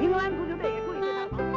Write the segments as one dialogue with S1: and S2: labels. S1: 英格兰足球队也注意对他。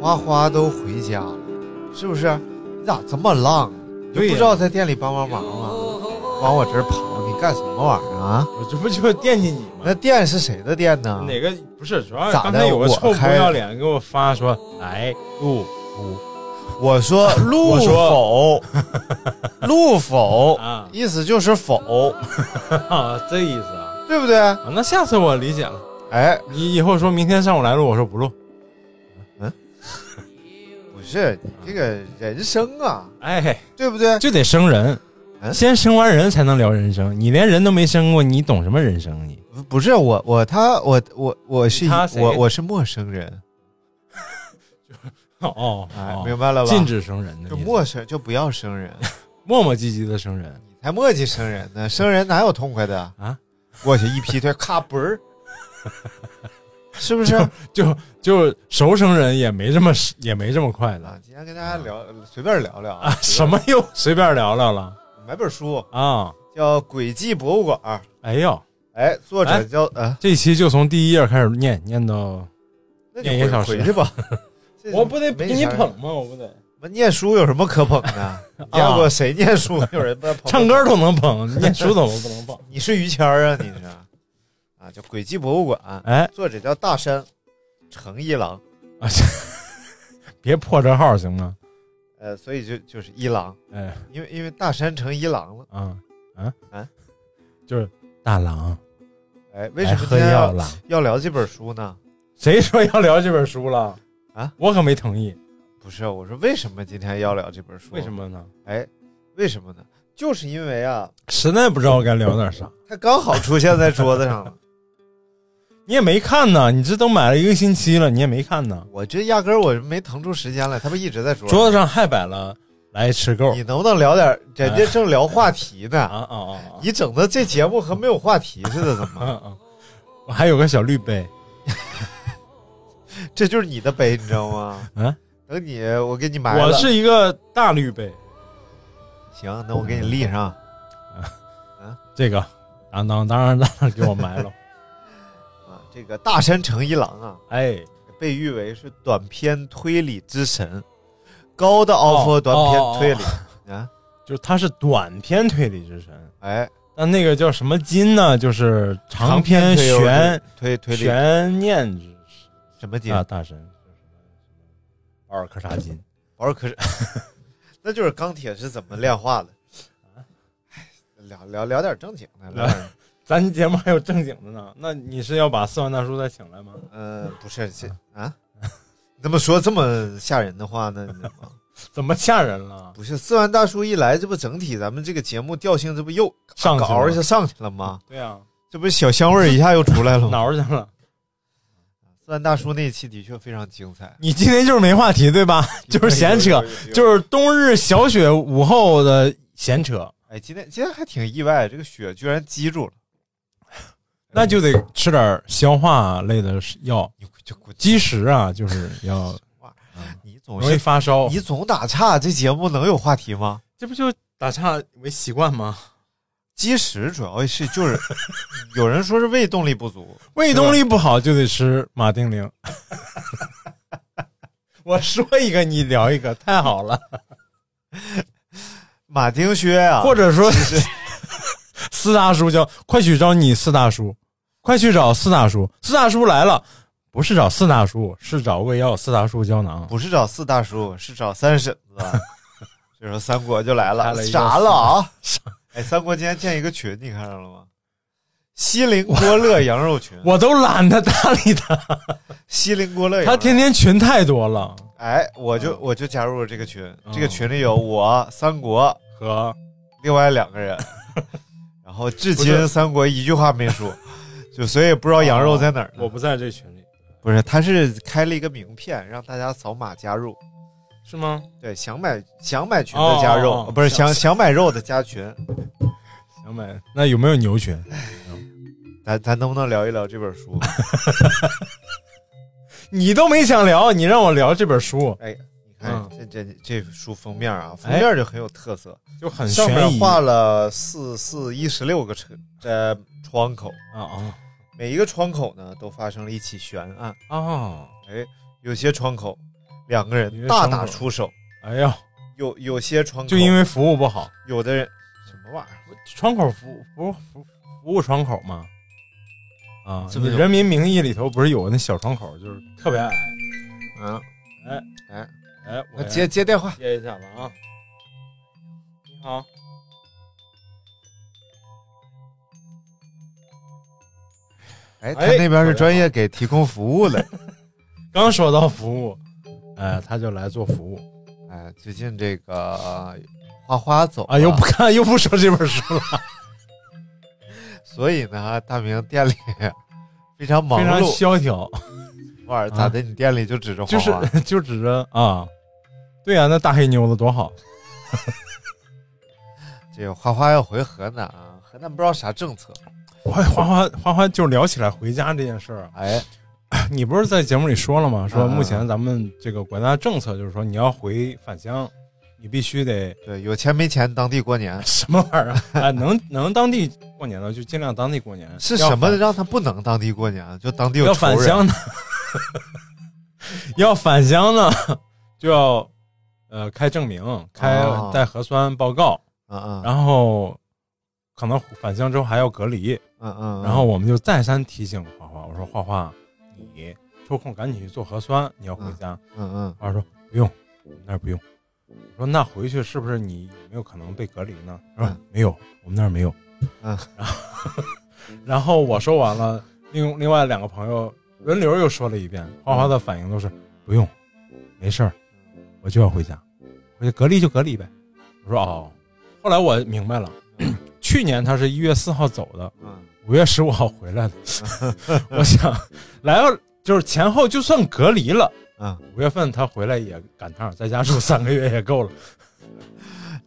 S2: 花花都回家了，是不是？你咋这么浪呢？你就
S3: 对呀
S2: 不知道在店里帮帮忙啊，往我这儿跑，你干什么玩意儿啊？
S3: 我这不就惦记你吗？
S2: 那店是谁的店呢？
S3: 哪个不是？主要是
S2: 嗯咋的
S3: 刚才有个臭
S2: 我
S3: 不
S2: 开
S3: 要脸给我发说来录
S2: 我说陆
S3: 我
S2: 否，陆否，
S3: 啊
S2: 意思就是否，
S3: 啊，哦 这意思啊
S2: 对不对？
S3: 啊。那下次我理解了，
S2: 哎，
S3: 你以后说明天上午来录，我说不录。
S2: 不是你这个人生啊，
S3: 哎，
S2: 对不对？
S3: 就得生人，
S2: 嗯
S3: 先生完人才能聊人生。你连人都没生过，你懂什么人生？啊你
S2: 不是我，我他，我我我是
S3: 他谁
S2: 我我是陌生人，
S3: 哦，
S2: 哎
S3: 哦，
S2: 明白了吧？
S3: 禁止生人的
S2: 就
S3: 意思
S2: 陌生就不要生 人，
S3: 磨磨唧唧的生人，
S2: 才磨叽生人 呢，生人哪有痛快的
S3: 啊？
S2: 过去一劈腿，咔嘣 儿，是不是？
S3: 就就熟生人也没这么也没这么快的
S2: 啊，今天跟大家聊，随便聊聊
S3: 啊
S2: 啊，，
S3: 什么又随便聊聊了
S2: 买本书
S3: 啊？
S2: 叫《轨迹博物馆》，
S3: 哎呦，
S2: 哎，作者
S3: 哎
S2: 叫呃，
S3: 这期就从第一页开始念，念到
S2: 那就
S3: 念一个小
S2: 回
S3: 时
S2: 回去 吧。这没啥，
S3: 吗？我不得
S2: 我念书有什么可捧 的？你见过谁念书有人不捧？
S3: 啊唱歌都能捧，念书怎么 不能捧？
S2: 你是于谦儿啊？你是啊？叫《轨迹博物馆》，
S3: 哎
S2: 作者叫大山诚一郎，
S3: 啊， 这别破这号行吗？
S2: 呃，所以就就是一郎，
S3: 哎
S2: 因为因为大山成一郎了。
S3: 啊啊
S2: 啊！
S3: 就是大郎
S2: 哎，为什
S3: 来
S2: 么
S3: 喝
S2: 今天
S3: 药
S2: 要
S3: 了？
S2: 要聊这本书呢？
S3: 谁说要聊这本书了
S2: 啊？
S3: 我可没同意。
S2: 不是，我说为什么今天要聊这本书？
S3: 为什？么呢？
S2: 哎，为什么呢？就是因为啊，
S3: 实在不知道该聊点啥。
S2: 它刚好出现在桌子上了。
S3: 你也没看呢，你这都买了一个星期了，你也没看呢。
S2: 我这压根儿我没腾出时间来，它不一直在桌
S3: 桌
S2: 子
S3: 子上还摆了来吃够
S2: 你能不能聊点？人家正聊话题呢，
S3: 哎啊啊啊啊！
S2: 你整的这节目和没有话题似的，怎么？
S3: 嗯嗯，我还有个小绿杯，
S2: 这就是你的杯，你知道吗？
S3: 啊，
S2: 等你，我给你埋了。
S3: 我是一个大绿杯，
S2: 行，那我给你立上。
S3: 这个当当当当当给我埋 了。嗯
S2: 啊，这个大山诚一郎啊，
S3: 哎，
S2: 被誉为是短篇推理之神，高的奥
S3: 哦
S2: 夫短篇推理、啊，
S3: 就是他是短篇推理之神，
S2: 哎，
S3: 但那个叫什么金呢？就是长篇
S2: 推理
S3: 悬
S2: 推推理
S3: 悬念之
S2: 什么金
S3: 大大神，保尔柯察金。
S2: 保尔柯是， 那就是钢铁是怎么炼化的。哎聊聊聊点正经的，
S3: 嗯
S2: 聊点
S3: 咱节目还有正经的呢，那你是要把四万大叔再请来吗？
S2: 呃，不是这啊，你怎么说这么吓人的话呢？你怎么
S3: 怎么吓人了？
S2: 不是四万大叔一来，这不整体咱们这个节目调性，这不又
S3: 上去了
S2: 嗷一下上去了吗？
S3: 对啊，
S2: 这不小香味儿一下又出来了吗？
S3: 挠去了。
S2: 四万大叔那一期的确非常精彩，
S3: 你今天就是没话题对 吧？ 就是闲扯，，
S2: 是
S3: 就是冬日小雪午后的闲扯，
S2: 哎，今天今天还挺意外，这个雪居然积住了，
S3: 那就得吃点消化类的药，
S2: 你就滚
S3: 积食啊，就是要
S2: 你总
S3: 容易
S2: 是
S3: 发烧。
S2: 你总打岔，这节目能有话题吗？
S3: 这不就打岔为习惯吗？
S2: 积食主要是就是 有人说是胃动力不足，
S3: 胃动力不好就得吃马丁啉。 我说一个，你聊一个，太好了。
S2: 马丁靴啊，
S3: 或
S2: 者
S3: 者说， 四大叔叫快去找你四大叔，快去找四大叔，四大叔来了，不是找四大叔，是找胃药四大叔胶囊。
S2: 不是找四大叔，是找三婶子。这时候三国就来了
S3: 开，了一个
S2: 啥了啊？哎，三国今天建一个群，你看上了吗？西林郭勒羊肉群，
S3: 我都懒得搭理他，
S2: 西林郭勒羊肉，
S3: 他天天群太多了。
S2: 哎，我
S3: 嗯
S2: 就我就加入了这个群，这个群里有我三国
S3: 和
S2: 另外两个 人，然后至
S3: 不
S2: 今
S3: 是哦
S2: 三国一句话没 说，就所以也不知道羊肉在哪儿呢。
S3: 我不在这群里，
S2: 不是，他是开了一个名片，让大家扫码加入。
S3: 是吗？
S2: 对，想买想买群的加肉，
S3: 哦哦哦
S2: 不是
S3: 想
S2: 想想买肉的加群。
S3: 想买那有没有牛群？
S2: 咱咱能不能聊一聊这本 书？
S3: 你都没想聊，你让我聊这本书
S2: 哎，你看
S3: 嗯
S2: 这这这书封面啊，封
S3: 哎
S2: 面就很有特色，
S3: 就很
S2: 上
S3: 悬
S2: 面
S3: 疑
S2: 画了四四一十六个车呃窗口，
S3: 啊啊
S2: 每一个窗口呢都发生了一起悬案。
S3: 啊！
S2: 哎，有些窗口两个
S3: 有
S2: 人
S3: 些
S2: 大
S3: 窗口
S2: 打出手，
S3: 哎呀，
S2: 有有些窗口
S3: 就因为服务不好，
S2: 有的人什么玩意儿，
S3: 窗口服务服务服务服务窗口嘛。啊，
S2: 这
S3: 你
S2: 不
S3: 《
S2: 有
S3: 人民名义》里头不是有那小窗口，就是特别矮。
S2: 嗯，
S3: 哎
S2: 哎，
S3: 哎，
S2: 我
S3: 我
S2: 接接电话，
S3: 接一下吧啊。你好，
S2: 哎，他
S3: 哎
S2: 那边是专业给提供服务的。
S3: 刚说到服务，哎，他就来做服务
S2: 哎，最近这个花花走
S3: 啊，
S2: 了
S3: 又不看又不说这本书了，
S2: 所以呢，大明店里 非常忙
S3: 非常
S2: 碌。
S3: 萧条，
S2: 花儿咋的？你店里就指着花
S3: 就
S2: 花？
S3: 是 就指着啊，对呀、那大黑妞子多好，
S2: 这个花花要回河南啊，河南不知道啥政策。
S3: 我花花花花就聊起来回家这件事儿啊，
S2: 哎，
S3: 你不是在节目里说了吗？说
S2: 嗯嗯
S3: 目前咱们这个国家政策就是说，你要回返乡，你必须得
S2: 对，有钱没钱，当地过 年
S3: 什么玩意儿啊？哎能能当地过年的就尽量当地过年，
S2: 是
S3: 要
S2: 什么
S3: 返
S2: 让他不能当地过年？啊就当地有
S3: 要
S2: 仇
S3: 返
S2: 人
S3: 乡呢？要返乡呢，就要呃开证明，开
S2: 哦
S3: 带核酸报告，
S2: 嗯嗯
S3: 然后可能返乡之后还要隔离。
S2: 嗯嗯，
S3: 然后我们就再三提醒花花，我说花花，你抽空赶紧去做核酸，你要回家。
S2: 嗯嗯
S3: 花花说不用，我们那儿不用。我说那回去是不是你有没有可能被隔离呢？他说
S2: 嗯
S3: 没有，我们那儿没有。
S2: 嗯，
S3: 然后然后我说完了，另另外两个朋友轮流又说了一遍，花花的反应都是不用，没事儿，我就要回家，回去隔离就隔离呗。我说哦，后来我明白了，去年他是一月四号走的，
S2: 嗯
S3: 五月十五号回来的。 我想来了就是前后就算隔离了，
S2: 嗯
S3: 五月份他回来也赶趟儿，在家住三个月也够了。
S2: 嗯，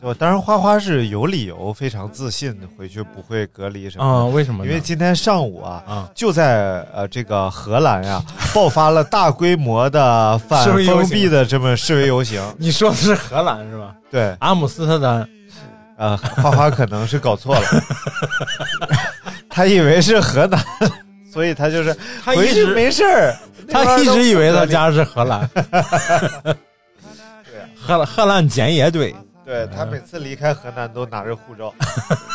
S2: 我当然花花是有理由非常自信回去不会隔离什
S3: 啊、
S2: 么
S3: 为什
S2: 的，
S3: 么呢？
S2: 因为今天上午啊，
S3: 啊，
S2: 就在呃这个荷兰呀、爆发了大规模的反
S3: 示威游行
S2: 封闭的这么示威游 行。
S3: 你说的是荷兰是吧？
S2: 对，
S3: 阿姆斯特丹
S2: 呃，花花可能是搞 错了，他以为是河南，所以他就是
S3: 他
S2: 回
S3: 一
S2: 去
S3: 直
S2: 没事儿。那
S3: 他
S2: 边
S3: 一
S2: 都
S3: 直以为
S2: 不
S3: 他
S2: 隔离，
S3: 家是荷 兰。荷兰荷兰前野队，
S2: 对
S3: 嗯
S2: 他每次离开河南都拿着护照，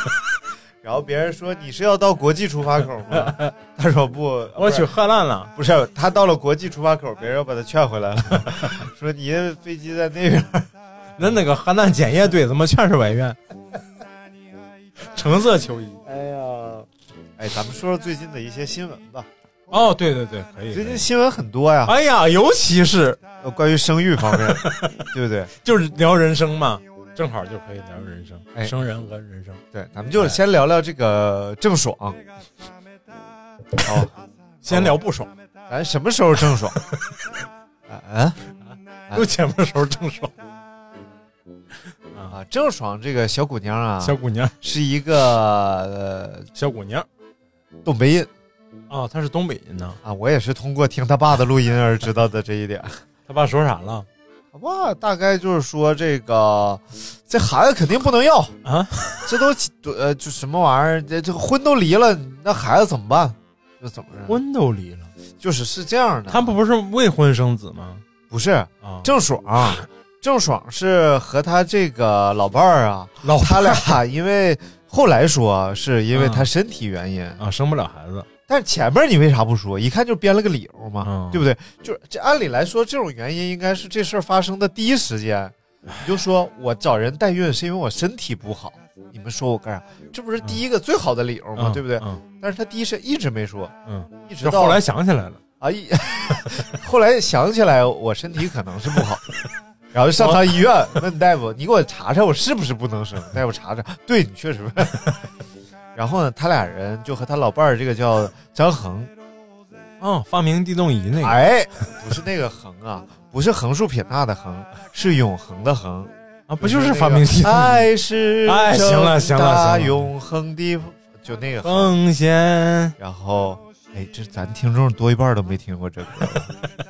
S2: 然后别人说你是要到国际出发口吗？他说不，呃
S3: 我
S2: 不是
S3: 去荷兰了。
S2: 不是，他到了国际出发口，别人又把他劝回来了， 说你的飞机在那边。
S3: 那那个河南检验队怎么全是外援？ 橙色球衣。
S2: 哎呀，哎，咱们说说最近的一些新闻吧。
S3: 哦，对对对，哎可以。
S2: 最
S3: 可以
S2: 近新闻很多呀，
S3: 哎呀，尤其是
S2: 呃关于生育方面，对不对？
S3: 就是聊人生嘛，正好就可以聊人生，
S2: 哎
S3: 生人和人生。
S2: 对，咱们
S3: 哎
S2: 就是先聊聊这个郑爽。好，
S3: 先聊不爽，
S2: 咱什么时候郑 爽？啊啊
S3: 录节目的时候正爽。啊，
S2: 啊！郑爽这个小姑娘啊，
S3: 小姑娘，
S2: 是一个、
S3: 小姑娘
S2: 呃、东北人
S3: 啊，她是东北人呐。
S2: 啊，我也是通过听他爸的录音而知道的这一点。
S3: 他爸说啥了？
S2: 好吧，大概就是说这个，这孩子肯定不能要
S3: 啊，
S2: 这都几呃，就什么玩意儿，这这个婚都离了，那孩子怎么办？就怎么着？
S3: 婚都离了，
S2: 就是是这样的，
S3: 他不是未婚生子吗？
S2: 不是
S3: 啊，
S2: 郑爽， 郑爽是和他这个老伴儿啊，
S3: 老
S2: 他俩因为后来说啊是因为他
S3: 嗯
S2: 身体原因，
S3: 啊，生不了孩子，
S2: 但是前面你为啥不说？一看就编了个理由嘛，
S3: 嗯
S2: 对不对？就是这按理来说，这种原因应该是这事儿发生的第一时间，你就说我找人代孕是因为我身体不好，你们说我干啥？这不是第一个最好的理由吗？
S3: 嗯
S2: 对不对？
S3: 嗯
S2: 但是他第一是一直没说，
S3: 嗯，
S2: 一直
S3: 这
S2: 到
S3: 后来想起来了，
S2: 啊一， 后来想起来我身体可能是不 好，然后就上趟医院问大夫，你给我查查我是不是不能生？ 大夫查查，对你确实不。 然后呢，他俩人就和他老伴儿这个叫张恒，
S3: 嗯，发明地动仪那个，
S2: 哎，不是那个恒啊，不是横竖撇捺的恒，是永恒的恒，
S3: 啊，不就是发明地
S2: 那
S3: 动
S2: 个
S3: 仪？
S2: 爱是
S3: 哎行了行
S2: 盛
S3: 了
S2: 大
S3: 行了嗯
S2: 永恒的就那个恒，
S3: 风险
S2: 然后。哎，这咱听众多一半都没听过这歌、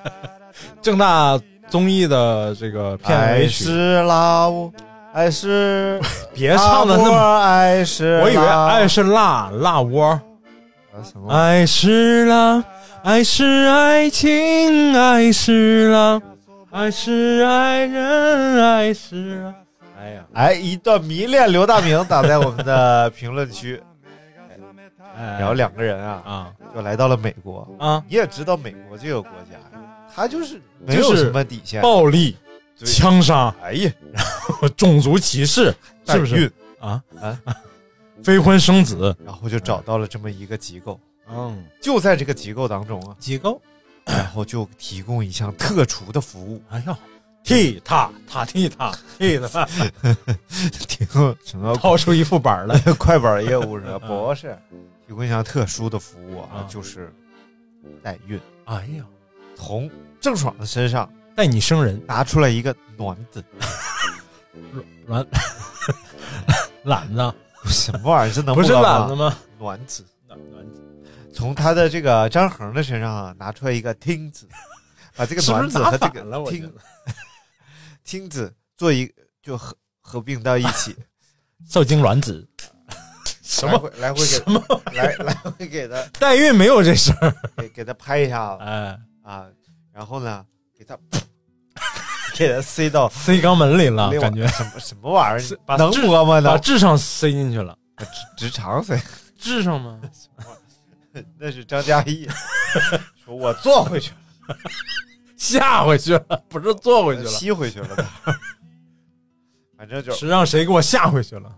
S3: 正大综艺的这个片
S2: 爱
S3: 尾曲，
S2: 哎是拉我，爱是
S3: 别唱的那么，
S2: 么爱是，啊
S3: 我以为爱是辣辣窝，
S2: 什么？
S3: 爱是辣，爱是爱情，爱是辣，爱是爱人，爱是辣。哎呀，
S2: 哎，一段迷恋刘大明打在我们的评论区，
S3: 哎
S2: 然后两个人啊
S3: 啊
S2: 就来到了美国。
S3: 啊，
S2: 你也知道美国这个国家，他就是没
S3: 就
S2: 有
S3: 是
S2: 什么底线，
S3: 暴力、
S2: 对
S3: 枪杀，哎呀，然后种族歧视，是不
S2: 代
S3: 是
S2: 孕？
S3: 啊
S2: 啊
S3: 啊，非婚生子，
S2: 然后就找到了这么一个机构，
S3: 嗯，
S2: 就在这个机构当中啊，
S3: 机构，哎
S2: 然后就提供一项特殊的服 务，
S3: 哎呦，踢踏踏踢踏踢踏，
S2: 提供什么
S3: 掏出一副板来，
S2: 快板业务是吧？
S3: 嗯
S2: 不是，提供一项特殊的服务啊
S3: 啊，
S2: 就是代孕，
S3: 哎呀，
S2: 从郑爽的身上
S3: 带你生人，
S2: 拿出来一个卵子，
S3: 懒懒子
S2: 什么玩意儿？这能
S3: 不是
S2: 高
S3: 懒子
S2: 吗？
S3: 吗？
S2: 卵子，卵子，从他的这个张恒的身上啊，拿出来一个听子，把这个
S3: 是不
S2: 卵
S3: 是
S2: 子
S3: 打
S2: 和这
S3: 反
S2: 个
S3: 了？我觉
S2: 听
S3: 得
S2: 听子做一就合合并到一起，
S3: 受精卵子， 什
S2: 来
S3: 么
S2: 回来回
S3: 什
S2: 给
S3: 么
S2: 来来回给他
S3: 代孕没有这事儿？
S2: 给给他拍一下子
S3: 哎，
S2: 啊，然后呢，给他 给他塞到
S3: 塞肛门里了，
S2: 另外
S3: 感觉
S2: 什么什么玩意
S3: 是
S2: 儿？
S3: 把
S2: 能
S3: 智
S2: 摸吗？
S3: 把
S2: 能
S3: 智商塞进去了，
S2: 直肠塞，
S3: 智商吗？
S2: 那是张嘉译， 说我坐回 去了，
S3: 吓回去了， 哎不是坐回去了，
S2: 吸回去了， 反正就是
S3: 让谁给我吓回去了？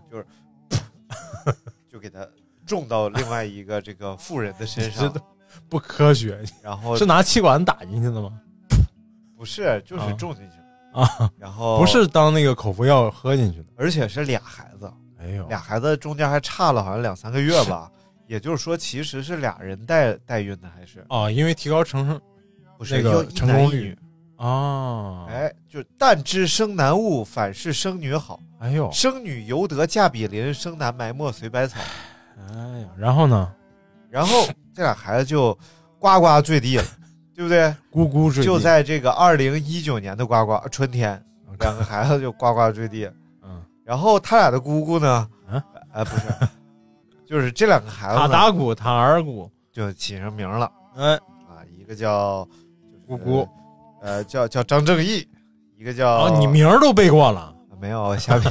S2: 就给他种到另外一个这个富人的身
S3: 这
S2: 上
S3: 都，不科学，
S2: 然后
S3: 是拿气管打进去的吗？
S2: 不是就是
S3: 啊
S2: 种进去了，
S3: 啊，
S2: 然后
S3: 不，是当那个口服药喝进去的。
S2: 而且是俩孩子，
S3: 哎呦，
S2: 俩孩子中间还差了好像两三个月吧，也就是说其实是俩人代代孕的，还是
S3: 啊，因为提高成生
S2: 不是
S3: 那个
S2: 又一
S3: 成
S2: 男
S3: 功
S2: 一
S3: 率
S2: 女？
S3: 啊，
S2: 哎，就但知生男勿，反是生女好。
S3: 哎呦，
S2: 生女犹得嫁比邻，生男埋没随百草。
S3: 哎呀，然后呢？
S2: 然后这俩孩子就呱呱坠地了，对不对？
S3: 咕咕坠地
S2: 就在这个二零一九年的呱呱春天，
S3: 嗯
S2: 两个孩子就呱呱坠地。
S3: 嗯，
S2: 然后他俩的姑姑呢？
S3: 嗯
S2: 哎，不是， 就是这两个孩
S3: 塔
S2: 子呢
S3: 达谷、塔尔谷，
S2: 就起上名了
S3: 哎，
S2: 啊，一个叫就是
S3: 姑姑，
S2: 呃，叫叫张正义，一个叫
S3: 啊，你名儿都背过了，
S2: 没有下面，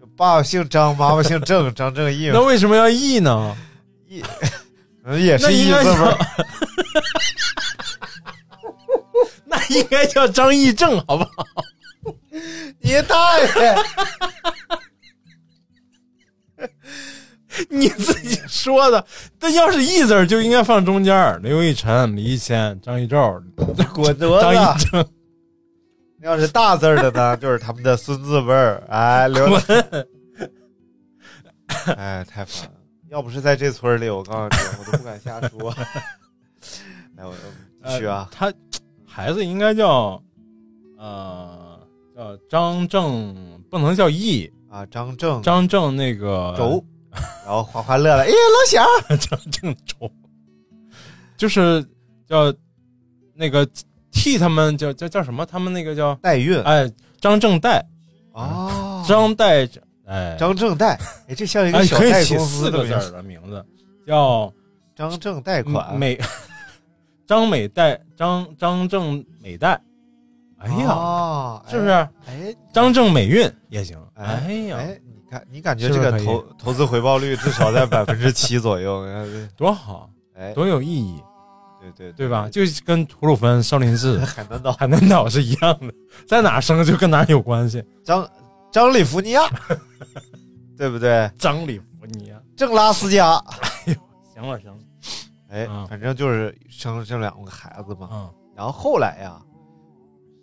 S2: 就爸爸姓张，妈妈姓郑，张正义嘛
S3: 那为什么要译呢？
S2: 一，嗯也
S3: 那
S2: 是一
S3: 应该
S2: 字辈儿
S3: 叫， 那应该叫张义正，好不好？
S2: 你大爷！
S3: 你自己说的，但要是 E 义字儿就应该放中间儿，刘义晨、李义谦、张义宙、
S2: 滚犊
S3: 张义
S2: 子！
S3: 正，
S2: 要是大字儿的呢，就是他们的孙字辈儿。哎，刘，哎，太烦了！要不是在这村儿里，我告诉你，我都不敢瞎说。 来，我我继续啊，
S3: 他孩子应该叫呃叫张正，不能叫义，
S2: 啊，张正
S3: 呃张正那个
S2: 轴，然后花花乐乐，哎，老小，
S3: 张正愁，就是叫那个替他们叫叫叫什么？他们那个叫
S2: 代孕
S3: 哎张正代
S2: 哦，
S3: 张代哎
S2: 张正代，哎，这像一个
S3: 哎
S2: 小
S3: 可以
S2: 贷
S3: 起
S2: 公
S3: 四
S2: 司的
S3: 个字
S2: 名
S3: 儿
S2: 字，
S3: 的名字叫
S2: 张正贷款。
S3: 美张美代张张正美代，哎呀，
S2: 哦
S3: 是不？是
S2: 哎
S3: 张正美运也行？
S2: 哎
S3: 哎呀，
S2: 哎，你看，你感觉
S3: 是
S2: 这
S3: 不是
S2: 个
S3: 可以
S2: 投投资回报率至少在百分之七左右？
S3: 多好，
S2: 哎，
S3: 多有意义！
S2: 对对对，
S3: 对吧？就跟吐鲁番、少 林寺、
S2: 海南岛
S3: 海南岛是一样的，在哪生就跟哪有关系。
S2: 张张里弗尼亚， 对不对？
S3: 张里弗尼亚，
S2: 正拉斯加，
S3: 行了行了，
S2: 哎，
S3: 嗯
S2: 反正就是生了这两个孩子嘛。
S3: 嗯，
S2: 然后后来呀，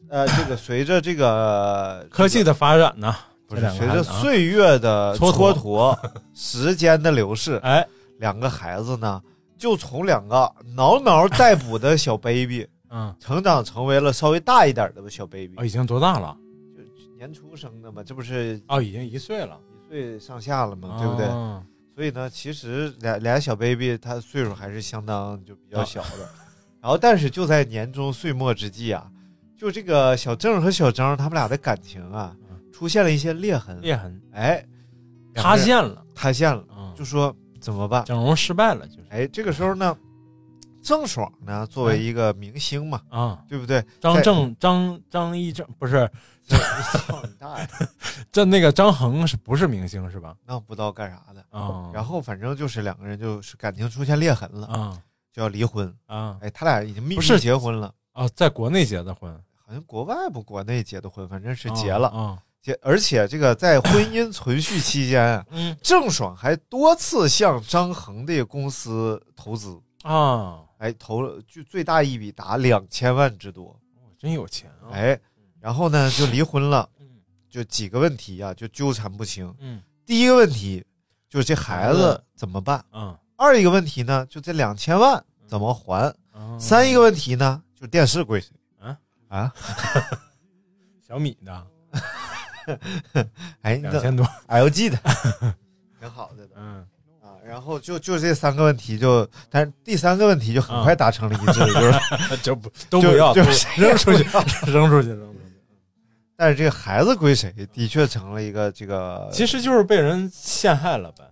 S2: 呃，这个随着这个
S3: 科技的发展呢，
S2: 不
S3: 这
S2: 是
S3: 两
S2: 随
S3: 个孩
S2: 着
S3: 子啊
S2: 岁月的
S3: 蹉
S2: 蹉
S3: 跎
S2: 跎，时间的流逝，
S3: 哎
S2: 两个孩子呢，就从两个挠挠待哺的小 baby，
S3: 嗯，
S2: 成长成为了稍微大一点的小 baby，
S3: 哦，已经多大了？
S2: 年初生的嘛，这不是
S3: 哦，已经一岁了，
S2: 一岁上下了嘛，对不对？
S3: 哦
S2: 所以呢，其实俩俩小 baby 他岁数还是相当就比较小 的，然后但是就在年终岁末之际啊，就这个小郑和小张他们俩的感情啊，出现了一些裂痕，
S3: 嗯裂痕
S2: 哎，
S3: 塌陷了，
S2: 塌陷了，
S3: 嗯，
S2: 就啊说怎么办？
S3: 整容失败了，就是
S2: 哎，这个时候呢，郑爽呢作为一个明星 嘛，
S3: 啊，
S2: 对不对？
S3: 张
S2: 在
S3: 正张张一正不是
S2: 操你大爷，
S3: 这那个张恒是不是明星是吧？
S2: 那不知道干啥的。
S3: 啊，
S2: 然后反正就是两个人就是感情出现裂痕了，
S3: 啊
S2: 就要离婚。
S3: 啊
S2: 哎，他俩已经秘密
S3: 不是
S2: 结婚了，
S3: 啊，在国内结的婚，
S2: 好像国外不国内结的婚，反正是结了。
S3: 啊，
S2: 结，而且这个在婚姻存续期间 啊，
S3: 嗯
S2: 郑爽还多次向张恒的公司投资，
S3: 啊，
S2: 哎，投了就最大一笔达两千万之多。
S3: 真有钱啊，
S2: 哎，然后呢就离婚了，
S3: 嗯
S2: 就几个问题啊就纠缠不清。
S3: 嗯
S2: 第一个问题就是这孩
S3: 孩
S2: 子
S3: 子
S2: 怎么办？
S3: 啊
S2: 二一个问题呢，就这两千万
S3: 嗯
S2: 怎么还？
S3: 啊，
S2: 三一个问题呢，就是电视归谁？
S3: 啊
S2: 啊！
S3: 小米的
S2: 哎，你
S3: 两
S2: 怎
S3: 千多，
S2: LG 的，挺好的
S3: 嗯
S2: 啊。然后就就这三个问题就，但是第三个问题就很快达成了一 致，就是
S3: 就不都不要，
S2: 就
S3: 都
S2: 就谁也
S3: 扔出去
S2: 不要，
S3: 扔出去，扔出去。
S2: 但是这个孩子归谁，的确成了一个这个。
S3: 其实就是被人陷害了呗，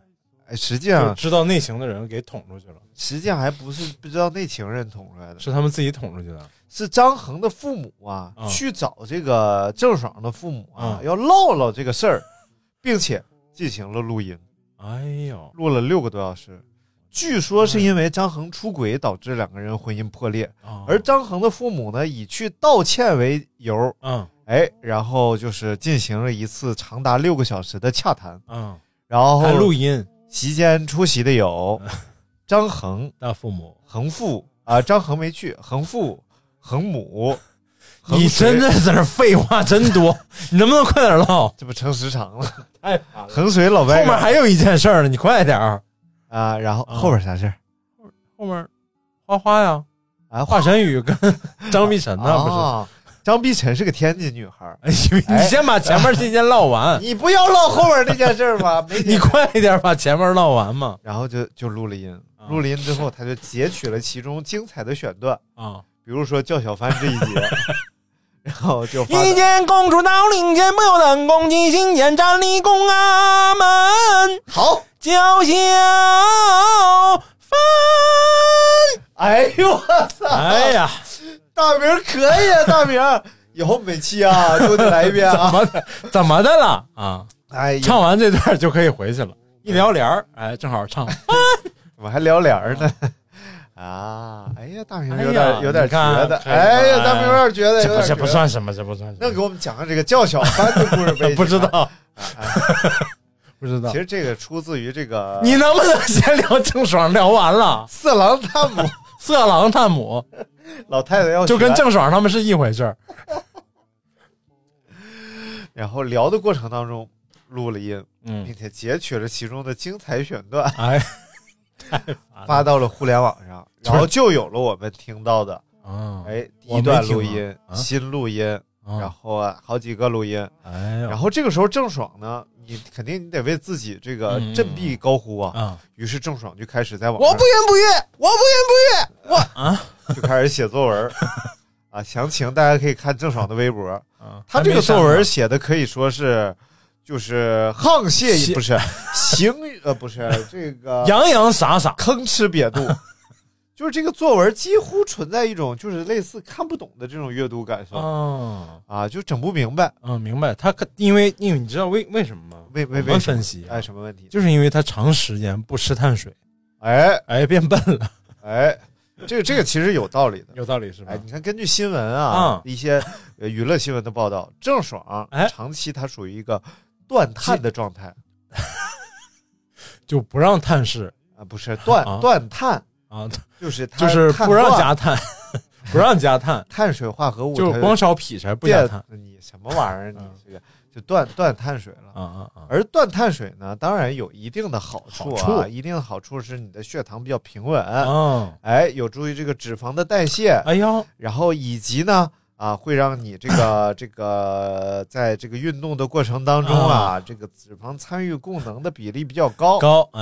S2: 哎，实际
S3: 就
S2: 上
S3: 知道内情的人给捅出去了，
S2: 实际上还不是不知道内情人捅出来的，
S3: 是他们自己捅出去的。
S2: 是张恒的父母啊，
S3: 嗯
S2: 去找这个郑爽的父母啊，
S3: 嗯
S2: 要唠唠这个事儿，并且进行了录音，
S3: 哎呦，
S2: 录了六个多小时。据说是因为张恒出轨导致两个人婚姻破裂，
S3: 啊
S2: 而张恒的父母呢以去道歉为由，
S3: 嗯
S2: 哎，然后就是进行了一次长达六个小时的洽谈，
S3: 嗯，
S2: 然后
S3: 还录音嗯
S2: 席间出席的有张恒、
S3: 大父母，
S2: 恒父啊、张恒没去，恒父、恒母。恒
S3: 你
S2: 水
S3: 真的在这废话真多，你能不能快点唠？
S2: 这不成时长了？
S3: 哎，
S2: 衡水老
S3: 后
S2: 外
S3: 面还有一件事儿呢，你快点儿。
S2: 啊，然后
S3: 啊
S2: 后边啥事儿
S3: 后面花花呀，哦
S2: 啊？
S3: 华晨宇 跟张碧晨呢，不是？
S2: 是？张碧晨是个天津女孩儿，
S3: 哎你你先把前面这件唠完，
S2: 你不要唠后边那件事儿 吧，没
S3: 你
S2: 劲。
S3: 快点把前面唠完嘛。
S2: 然后就就录了音，
S3: 啊
S2: 录了音之后，他就截取了其中精彩的选段，
S3: 啊！
S2: 比如说叫小帆这一节，然后就发
S3: 一
S2: 到
S3: 见公主到林间，不由得攻击心间，站立宫阿门，
S2: 好，
S3: 叫小帆。
S2: 哎呦我操！
S3: 哎呀，
S2: 大明儿可以啊，大明 儿，以后每期啊都得来一遍
S3: 怎
S2: 啊！
S3: 么的？怎么的了啊？
S2: 哎呀，
S3: 唱完这段就可以回去了，一聊帘儿，哎，正好 唱。
S2: 怎么还聊脸儿呢？ 啊，哎呀，大明儿有点、
S3: 嗯哎呀
S2: 有点
S3: 你看
S2: 觉得，
S3: 可以吧
S2: 哎呀，大明儿有点觉得，
S3: 这
S2: 有
S3: 不
S2: 点
S3: 这不
S2: 觉得。
S3: 算什么，这不算什
S2: 那
S3: 么。。
S2: 给我们讲讲这个叫小帆的故事呗
S3: 不知
S2: 啊。
S3: 道，
S2: 哎
S3: 不知道
S2: 其。实这个出自于这个
S3: 你能不能先聊郑爽？聊完了，
S2: 色狼探 母
S3: 色狼探母
S2: 老太太要
S3: 就跟
S2: 学
S3: 郑爽他们是一回事儿。
S2: 然后聊的过程当中录了音，并
S3: 嗯，
S2: 且截取了其中的精彩选段，
S3: 哎，嗯
S2: 发到了互联网上，然后就有了我们听到的
S3: 啊，
S2: 哎第
S3: 我
S2: 一
S3: 没
S2: 段
S3: 听
S2: 录
S3: 啊
S2: 音、
S3: 啊
S2: 新录音，
S3: 啊
S2: 然后啊好几个录音，
S3: 哎呦，
S2: 然后这个时候郑爽呢，你肯定你得为自己这个
S3: 嗯
S2: 振臂高呼啊。
S3: 啊，
S2: 于是郑爽就开始在网
S3: 我
S2: 上
S3: 不言不悦，我不言不悦，我啊
S2: 就开始写作文儿啊，详情大家可以看郑爽的微博。
S3: 啊，
S2: 她这
S3: 还没
S2: 个
S3: 删
S2: 作文
S3: 呢
S2: 写的可以说是就是沆瀣
S3: 写
S2: 不是行呃不是这 个
S3: 洋洋洒洒，
S2: 吭哧瘪 肚，就是这个作文几乎存在一种就是类似看不懂的这种阅读感受
S3: 哦，
S2: 啊，就整不明白
S3: 嗯，明白。他可因为因为你知道为为什么吗？
S2: 为为
S3: 我
S2: 为
S3: 们
S2: 什么
S3: 分析啊
S2: 哎什么问题
S3: 就是因为他长时间不吃碳水，
S2: 哎
S3: 哎，变笨了。
S2: 哎，这个这个其实有道理的。
S3: 有道理是吧
S2: 哎，？你看，根据新闻啊，一些呃娱乐新闻的报道，郑爽
S3: 哎
S2: 长期她属于一个断碳的状态
S3: 就不让探视
S2: 啊，不是断
S3: 啊
S2: 断碳，
S3: 啊，
S2: 就是它
S3: 就是
S2: 碳
S3: 不让
S2: 断
S3: 加碳， 不让加 碳，
S2: 碳水化合物，
S3: 就
S2: 它
S3: 光烧劈柴不加
S2: 电
S3: 碳。
S2: 你什么玩意儿？你
S3: 嗯
S2: 这个就断断碳水了。
S3: 啊啊啊！
S2: 而断碳水呢，当然有一定的好处啊，
S3: 好处
S2: 一定的好处是你的血糖比较平稳，
S3: 哦，
S2: 哎，有助于这个脂肪的代谢，
S3: 哎呦，
S2: 然后以及呢，啊，会让你这 个这个在这个运动的过程当中啊，这个脂肪参与供能的比例比较高，
S3: 高
S2: 哎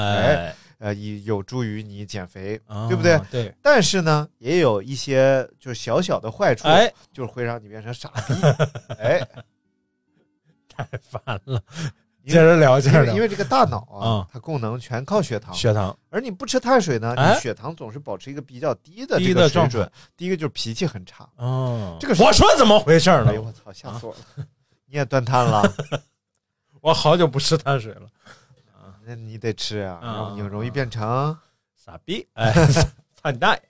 S3: 哎，
S2: 呃，以有助于你减肥，
S3: 啊
S2: 对不对？
S3: 对，
S2: 但是呢，也有一些就是小小的坏处，
S3: 哎，
S2: 就是会让你变成傻 逼，哎，
S3: 太烦了。
S2: 因为
S3: 接着聊，接
S2: 因
S3: 着
S2: 为
S3: 聊
S2: 因。为这个大脑啊，
S3: 嗯
S2: 它供能全靠血糖，
S3: 血糖
S2: 而你不吃碳水呢，
S3: 哎
S2: 你血糖总是保持一个比较低的
S3: 低
S2: 这
S3: 的
S2: 个水
S3: 状
S2: 准
S3: 态。。
S2: 第一个就是脾气很差，
S3: 哦，
S2: 这个是
S3: 我说怎么回事呢
S2: 哎呦？我操，吓死我了！你也断碳了，
S3: 我好久不吃碳水了，
S2: 那你得吃啊，
S3: 嗯
S2: 然后你容易变成
S3: 傻逼！ 哎，操你大爷！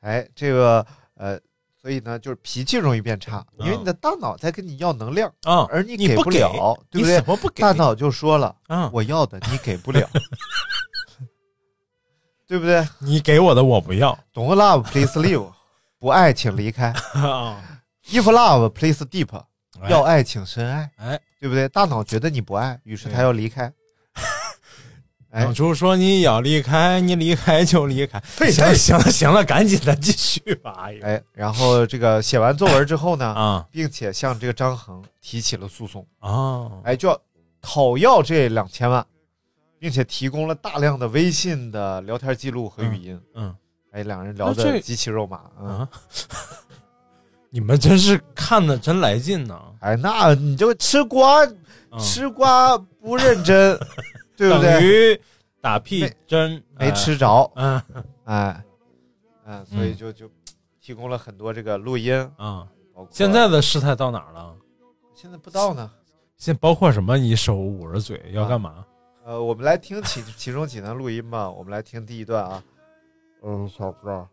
S2: 哎这个呃，所以呢，就是脾气容易变差，
S3: 嗯
S2: 因为你的大脑在跟你要能量，
S3: 啊，
S2: 而你
S3: 你
S2: 给
S3: 不
S2: 不了，对
S3: 你
S2: 不对
S3: 怎？么不给？
S2: 大脑就说了，
S3: 啊，
S2: 我要的你给不了， 对不对
S3: 你给我的我不要
S2: ？Don't love, please leave，不爱请离开。
S3: 啊，
S2: If love, please deep，
S3: 哎
S2: 要爱请深爱，
S3: 哎，
S2: 对不对？大脑觉得你不爱，于是他要离 开。哎
S3: 当，初说你要离开，你离开就离开。
S2: 对
S3: 行
S2: 对
S3: 了行了行了，赶紧的继续吧。哎呀
S2: 哎，然后这个写完作文之后呢，
S3: 啊
S2: 并且向这个张衡提起了诉讼，
S3: 啊
S2: 哎，就要讨要这两千万，并且提供了大量的微信的聊天记录和语音。
S3: 嗯
S2: 哎，两人聊
S3: 那这
S2: 得极其肉麻。嗯，
S3: 啊！你们真是看的真来劲呢，
S2: 哎，那你就吃瓜，
S3: 嗯
S2: 吃瓜不认真， 对不
S3: 等
S2: 对？
S3: 于打屁针
S2: 没吃。着，
S3: 哎嗯
S2: 哎，嗯，所以
S3: 嗯
S2: 就就提供了很多这个录音。
S3: 啊，
S2: 包括
S3: 现在的事态到哪儿了？
S2: 现在不到呢。
S3: 现包括什么？你手捂着嘴要干嘛？
S2: 呃，我们来听其其中几段录音吧。我们来听第一段啊。
S4: 嗯，小哥，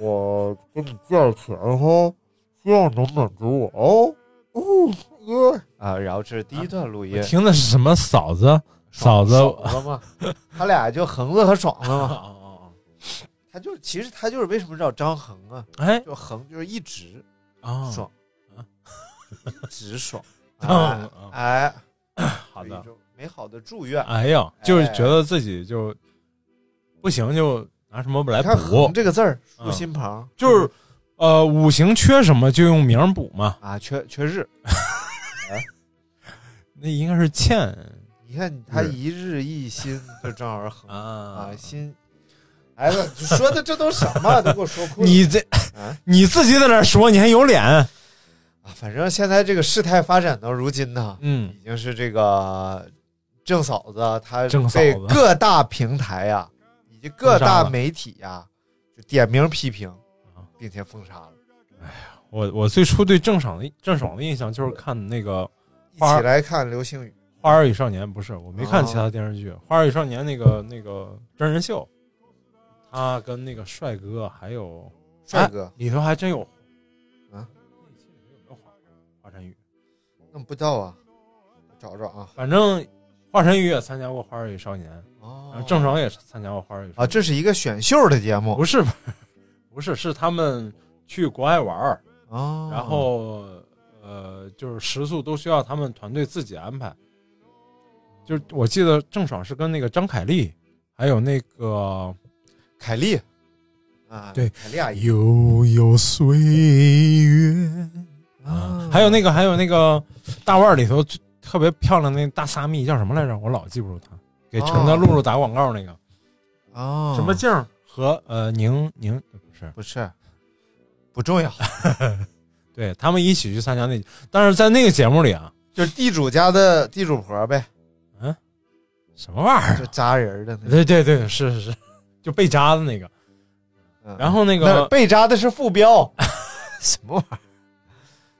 S4: 我跟你借钱哈，希望能满足我哦。哦，哥，
S2: 啊，然后这是第一段录音。
S3: 啊听的是什么？嫂子，嫂子。
S2: 爽了吗？他俩就恒子和爽子
S3: 哦
S2: 嘛。
S3: 哦
S2: 他就其实他就是为什么叫张恒啊？
S3: 哦哎
S2: 就恒就是一直
S3: 啊，
S2: 爽，
S3: 啊
S2: 一直 爽。哎
S3: 嗯，
S2: 哎，
S3: 好
S2: 有
S3: 的
S2: 一。种美好的祝愿。
S3: 哎呀，就是觉得自己就不行，就拿什么来
S2: 你看“
S3: 补
S2: 恒”，这个字儿，
S3: 嗯
S2: 竖心旁
S3: 就是呃，五行缺什么就用名补嘛。
S2: 啊，缺缺日。
S3: 那应该是欠
S2: 你看他
S3: 日
S2: 一日一心，就正好是恒
S3: 啊
S2: 啊心。哎呀，说的这都什么？都给我说哭了。
S3: 你这
S2: 啊
S3: 你自己在那说，你还有脸？
S2: 啊，反正现在这个事态发展到如今呢，
S3: 嗯
S2: 已经是这个郑嫂子啊她
S3: 郑嫂
S2: 被
S3: 子
S2: 各大平台呀、以及各
S3: 封杀
S2: 大
S3: 了
S2: 媒体呀、就点名批评
S3: 啊，
S2: 并且封杀了。
S3: 我我最初对郑爽的郑爽的印象就是看那个《
S2: 一
S3: 花儿
S2: 起来看流星雨，
S3: 花儿与少年》，不是我没看
S2: 啊
S3: 其他电视剧，花儿与少年》那个那个真人秀，他跟那个帅哥还有
S2: 帅哥，
S3: 里头还真有
S2: 啊，
S3: 那期里头有没有华华晨宇？
S2: 那不知道啊，我找找啊。
S3: 反正华晨宇也参加过《花儿与少年》，然
S2: 哦
S3: 后啊郑爽也参加过《花儿与
S2: 啊，
S3: 少年》
S2: 这是一个选秀的节目
S3: 不是 不是是他们去国外玩儿，
S2: 啊，
S3: 然后呃就是食宿都需要他们团队自己安排。就是我记得郑爽是跟那个张凯丽，还有那个
S2: 凯莉啊，
S3: 对
S2: 凯莉阿姨
S3: 悠悠哎岁月啊，还有那个还有那个大腕儿里头最特别漂亮那大撒蜜叫什么来着？我老记不住她，给橙子
S2: 哦
S3: 露露打广告那个。
S2: 啊，
S3: 什么静儿和呃宁宁不是，
S2: 不是不重要，
S3: 对他们一起去参加那，但是在那个节目里啊，
S2: 就是地主家的地主婆呗，
S3: 什么玩意儿
S2: 就？扎人的那个。
S3: 对对对，是是是， 就被扎的那个。
S2: 嗯
S3: 然后那
S2: 那
S3: 个
S2: 被扎的是副 标，什么玩意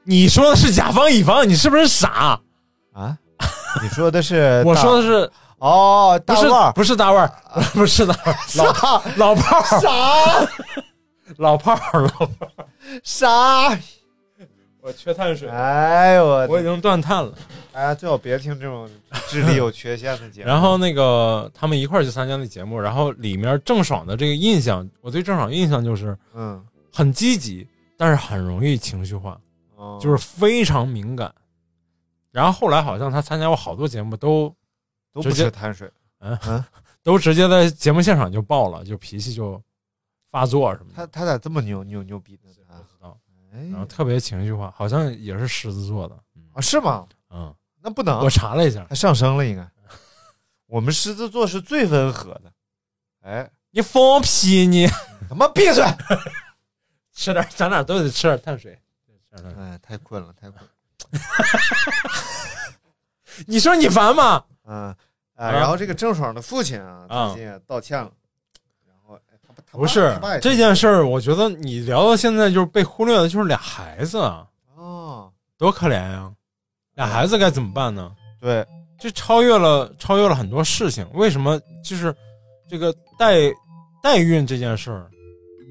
S3: 你说的是甲方乙方，你是不是傻？
S2: 儿啊？你说的是
S3: 我说的是
S2: 哦，
S3: 不
S2: 大
S3: 是
S2: 腕儿
S3: 不是呃 大腕儿，不是大腕儿，
S2: 啥
S3: 老炮儿，
S2: 啥
S3: 老炮儿，老炮儿。
S2: 啥？
S3: 我缺碳水，
S2: 哎呦我
S3: 我已经断碳了。
S2: 哎呀，最好别听这种智力有缺陷的节目。
S3: 然后那个他们一块儿去参加那节目，然后里面郑爽的这个印象，我对郑爽印象就是
S2: 嗯，
S3: 很积极，但是很容易情绪化，
S2: 哦
S3: 就是非常敏感。然后后来好像他参加过好多节目，都
S2: 都不
S3: 直接
S2: 吃碳水。
S3: 都直接在节目现场就爆了，就脾气就发作什么
S2: 他
S3: 的，
S2: 他咋这么牛牛牛逼呢？他
S3: 不知道
S2: 哎
S3: 啊然后特别情绪化，好像也是狮子座的。
S2: 啊，是吗？
S3: 嗯，
S2: 那不能
S3: 我，查了一下，
S2: 他上升了应该。 我们狮子座是最温和的。哎，
S3: 你放屁你！
S2: 他妈闭嘴！
S3: 吃点，咱俩都得吃点碳水。吃点碳水
S2: 哎，太困了，太困了。
S3: 你说你烦吗？
S2: 嗯
S3: 啊
S2: 啊，然后这个郑爽的父亲啊，
S3: 啊
S2: 最近也道歉了。然后哎他爸他爸
S3: 不是
S2: 他爸也
S3: 这件事儿，我觉得你聊到现在就是被忽略的，就是俩孩子啊，
S2: 哦，
S3: 多可怜呀、俩孩子该怎么办呢？
S2: 对，
S3: 这超越了超越了很多事情。为什么就是这个代代孕这件事儿，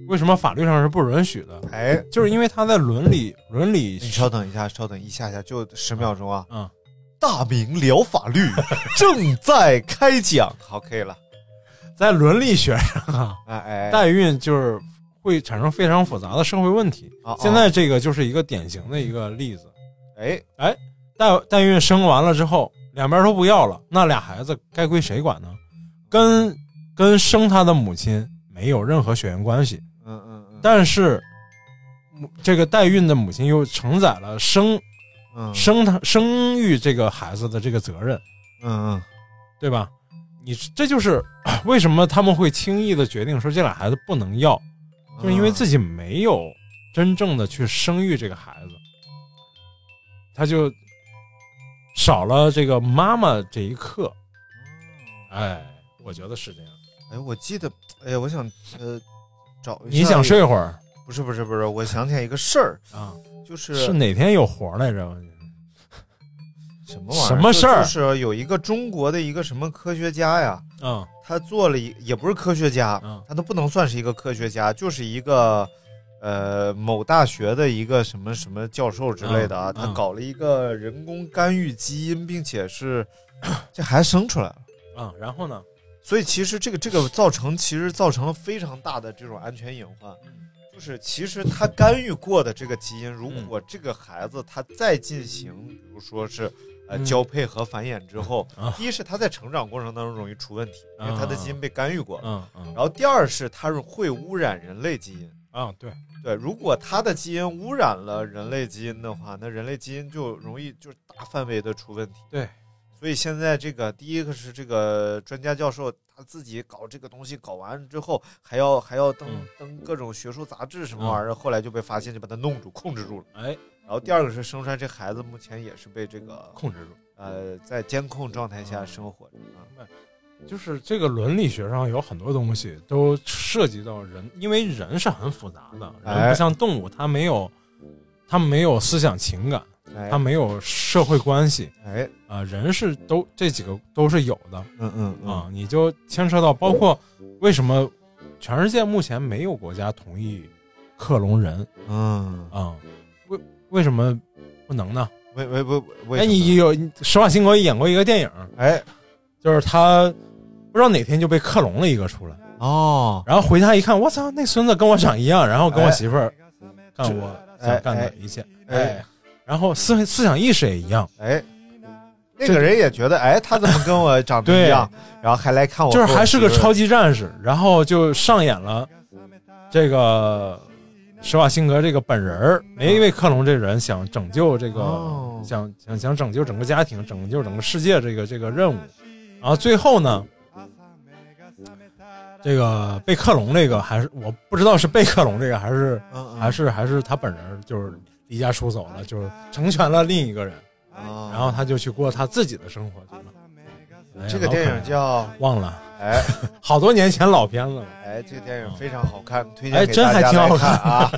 S3: 为什么法律上是不允许的？
S2: 哎，
S3: 就是因为他在伦理伦理
S2: 你稍等一下，稍等一下下，就十秒钟啊！
S3: 嗯，
S2: 大明聊法律 正在开讲，好，可以了。
S3: 在伦理学上啊，
S2: 哎哎，
S3: 代孕就是会产生非常复杂的社会问题
S2: 啊啊。
S3: 现在这个就是一个典型的一个例子。
S2: 哎，
S3: 代代孕生完了之后，两边都不要了，那俩孩子该归谁管呢？跟跟生他的母亲没有任何血缘关系，
S2: 嗯嗯嗯，
S3: 但是母这个代孕的母亲又承载了生
S2: 嗯
S3: 生他生育这个孩子的这个责任，
S2: 嗯嗯，
S3: 对吧？你这就是啊为什么他们会轻易的决定说这俩孩子不能要，就是因为自
S2: 己
S3: 己没有真正的去生育这个孩子，他就少了这个妈妈这一刻。哎，我觉得是这样。
S2: 哎，我记得，哎呀，我想呃找一下
S3: 你想睡会儿
S2: 不是不是不是，我想起来一个事儿，
S3: 啊？
S2: 就是
S3: 是哪天有活来着？
S2: 什么玩意儿？
S3: 什么事儿
S2: 就就是有一个中国的一个什么科学家呀，
S3: 嗯
S2: 他做了一也不是科学家，
S3: 嗯
S2: 他都不能算是一个科学家，就是一个呃某大学的一个什么什么教授之类的啊，
S3: 嗯
S2: 他
S3: 嗯
S2: 搞了一个人工干预基因，并且是 这孩子生出来了。
S3: 嗯，然后呢？
S2: 所以其实这个这个造成其实造成了非常大的这种安全隐患，
S3: 嗯
S2: 就是其实他干预过的这个基因，如果这个孩子他再进行，比如说是呃
S3: 嗯
S2: 交配和繁衍之后
S3: 啊，
S2: 第一是他在成长过程当中容易出问题，因为他的基因被干预过了，
S3: 嗯嗯
S2: 然后第二是他会污染人类基因。
S3: 啊，对，
S2: 对，如果他的基因污染了人类基因的话，那人类基因就容易就是大范围的出问题。
S3: 对，
S2: 所以现在这个第一个是这个专家教授他自己搞这个东西，搞完之后还要还要登、
S3: 嗯
S2: 登各种学术杂志什么玩意儿，后来就被发现就把他弄住控制住了。
S3: 哎，
S2: 然后第二个是生出来这孩子目前也是被这个
S3: 控制住。
S2: 呃在监控状态下生活着啊。
S3: 就是这个伦理学上有很多东西都涉及到人，因为人是很复杂的，人
S2: 哎嗯
S3: 不像动物，它没有，它没有思想情感，
S2: 哎
S3: 它没有社会关系，
S2: 哎
S3: 啊、人是都这几个都是有的
S2: 嗯嗯嗯
S3: 啊，你就牵扯到包括为什么全世界目前没有国家同意克隆人
S2: 嗯，
S3: 啊，为为什么不能呢？
S2: 为为为为
S3: 哎，
S2: 什么
S3: 你有《施瓦辛格》演过一个电影，
S2: 哎
S3: 就是他不知道哪天就被克隆了一个出来，
S2: 哦
S3: 然后回家一看，我操，那孙子跟我长一样，然后跟我
S2: 哎
S3: 媳妇儿干我
S2: 这
S3: 想干
S2: 哎
S3: 的
S2: 哎
S3: 一切，
S2: 哎
S3: 哎，然后思思想意识也一样。
S2: 哎，那个人也觉得，哎，他怎么跟我长得一样？然后还来哦看我，
S3: 就是还是个超
S2: 级
S3: 级战士，然后就上演了这个施瓦辛格这个本人儿，梅因为克隆这人想拯救这个，
S2: 哦
S3: 想想想拯救整个家庭，拯救整个世界这个这个任务，然后最后呢，这个被克隆这个还是我不知道是被克隆这个还是
S2: 嗯
S3: 还是还是他本人儿就是离家出走了，就是成全了另一个人，
S2: 嗯
S3: 然后他就去过他自己的生活去了。哎呀
S2: 这个电影叫
S3: 忘了。
S2: 哎
S3: 好多年前老片子了，
S2: 哎，这个电影非常好看，推
S3: 哎
S2: 荐给
S3: 真
S2: 大
S3: 还
S2: 家
S3: 挺好
S2: 来看啊！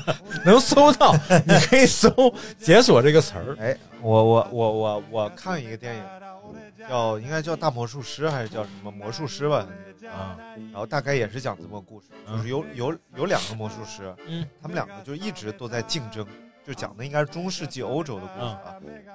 S3: 能搜 到，你可以搜“解锁”这个词儿。
S2: 哎，我我我我我看一个电影，叫应该叫大魔术师还是叫什么魔术师吧？
S3: 啊，
S2: 然后大概也是讲这么个故事，就是有有有两个魔术师，
S3: 嗯，
S2: 他们两个就一直都在竞争，就讲的应该是中世纪欧洲的故事啊，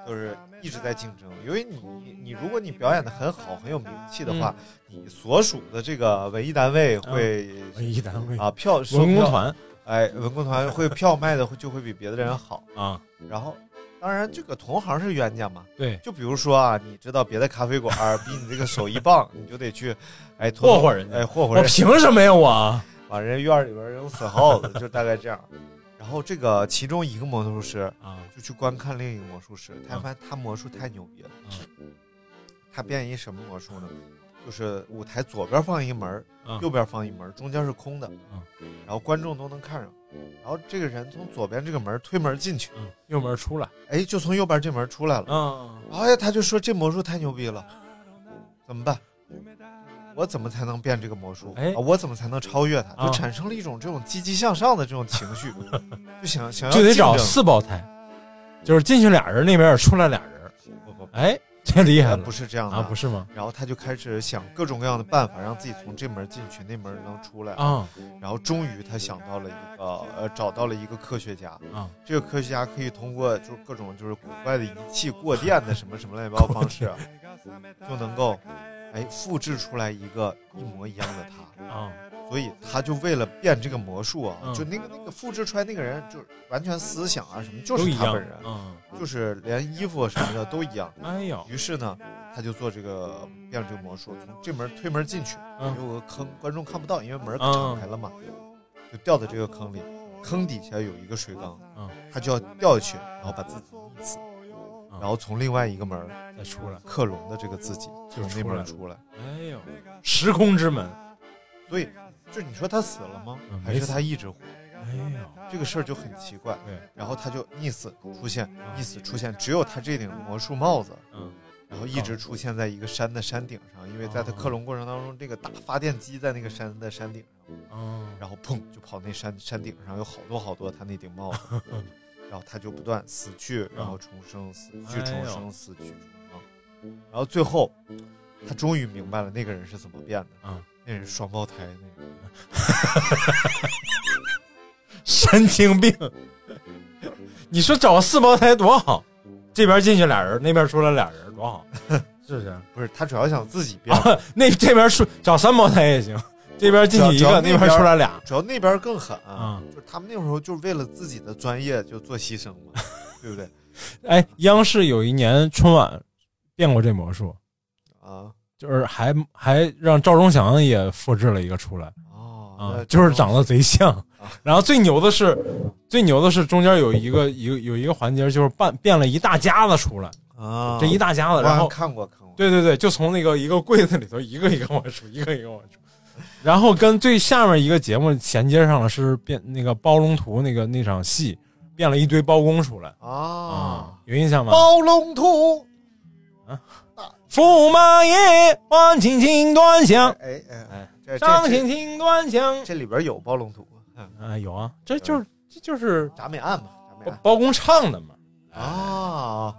S2: 就是一直在竞争。因为你你如果你表演的很好，很有名气的话，
S3: 嗯
S2: 你所属的这个文艺单位会、
S3: 文艺单位
S2: 啊票售
S3: 嗯哎文工
S2: 票
S3: 团
S2: 哎文工团会票卖的会就会比别的人好。
S3: 啊，
S2: 然后，当然这个同行是冤家嘛，
S3: 对，
S2: 就比如说啊，你知道别的咖啡馆儿比你这个手艺棒，你就得去，哎，偷
S3: 霍霍人家哦
S2: 哎，霍霍
S3: 我啊
S2: 人，
S3: 凭什么呀我？
S2: 往人家院里边扔死耗子，就大概这样。然后这个其中一个魔术师
S3: 啊，
S2: 就去观看另一个魔术师，他
S3: 嗯
S2: 发现他魔术太牛逼了
S3: 嗯，
S2: 他变一什么魔术呢？就是舞台左边放一个门儿，
S3: 嗯
S2: 右边放一门儿，中间是空的，然后观众都能看上。然后这个人从左边这个门儿推门进去，
S3: 嗯，右门出来，
S2: 哎，就从右边这门出来了。
S3: 嗯，
S2: 哎，他就说这魔术太牛逼了，怎么办？我怎么才能变这个魔术？
S3: 哎
S2: 啊我怎么才能超越他？
S3: 啊
S2: 就产生了一种这种积极向上的这种情 绪，就想想要
S3: 就得
S2: 竞
S3: 找
S2: 争
S3: 四胞胎，就是进去俩人，那边也出来俩人，
S2: 不不不，
S3: 哎，这厉害
S2: 哎
S3: 了
S2: 不是这样的
S3: 啊，不。是吗？
S2: 然后他就开始想各种各样的办法，让自己从这门进去，那门能出来。
S3: 啊
S2: 然后终于他想到了一个，呃，找到了一个科学家。
S3: 啊，
S2: 这个科学家可以通过就是各种就是古怪的仪器、过电的什么什么乱七八糟方式，就能够哎复制出来一个一模一样的他。
S3: 啊，
S2: 所以他就为了变这个魔术啊，
S3: 嗯
S2: 就那个那个复制出来那个人，就是完全思想啊什么就
S3: 都
S2: 是
S3: 一
S2: 他
S3: 样
S2: 本人，
S3: 嗯，
S2: 就是连衣服什么的都一样。
S3: 哎呦，
S2: 于是呢，他就做这个变这个魔术，从这门推门进去，
S3: 嗯
S2: 有个坑，观众看不到，因为门
S3: 嗯
S2: 敞开了嘛，就掉到这个坑里，坑底下有一个水缸，
S3: 嗯
S2: 他就要掉下去，然后把自己溺死，
S3: 嗯
S2: 然后从另外一个门
S3: 再出来，
S2: 克隆的这个自己
S3: 就
S2: 从
S3: 出
S2: 那
S3: 来
S2: 门
S3: 了
S2: 出来，
S3: 哎呦，时空之门，
S2: 所以就你说他死了吗
S3: 嗯？
S2: 还
S3: 没
S2: 是
S3: 死
S2: 他一直活？
S3: 哎呦，
S2: 这个事儿就很奇怪。
S3: 对，
S2: 然后他就溺死出现，溺死出现，只有他这顶魔术帽子，
S3: 嗯，哦
S2: 然后一直出现在一个山的山顶上，因为在他克隆过程当中，这个大发电机在那个山的山顶上，
S3: 嗯，
S2: 然后砰就跑那山山顶上有好多好多他那顶帽子， 然后他就不断死去，然后重生，死去重
S3: 嗯哎呦
S2: 生，死去重生，然后最后他终于明白了那个人是怎么变的，
S3: 嗯，
S2: 那人是双胞胎那个人，
S3: 神经病！ 你说找四胞胎多好，这边进去俩人，那边出来俩人，多好， 是不是？
S2: 不是他主要想自己变
S3: 啊，那这边出找三胞胎也行，这边进去一
S2: 只要
S3: 个，
S2: 那边
S3: 边出来俩，
S2: 主要那边更狠、
S3: 啊
S2: 就是他们那时候就是为了自己的专业就做牺牲嘛，对不对？
S3: 哎，央视有一年春晚变过这魔术，
S2: 啊，
S3: 就是还还让赵忠祥也复制了一个出来
S2: 哦，
S3: 啊
S2: 那，
S3: 就是长得贼像
S2: 啊。
S3: 然后最牛的是，最牛的是中间有一个一个有一个环节，就是扮变了一大家子出来，
S2: 啊，
S3: 这一大家
S2: 我
S3: 子，然
S2: 好像
S3: 后
S2: 看过看过，
S3: 对对对，就从那个一个柜子里头一个一个往出，一个一个往出。然后跟最下面一个节目衔接上了，是变那个包龙图那个那场戏，变了一堆包公出来啊、
S2: 啊，
S3: 有印象吗？
S2: 包龙图，
S3: 驸马爷，望青青端详，
S2: 哎哎
S3: 哎，
S2: 这
S3: 张
S2: 这
S3: 青
S2: 这
S3: 青端详。
S2: 这里边有包龙图，嗯
S3: 啊，有啊，这就是这就是
S2: 铡美案嘛，铡美
S3: 包
S2: 案
S3: 包公唱的嘛。
S2: 啊，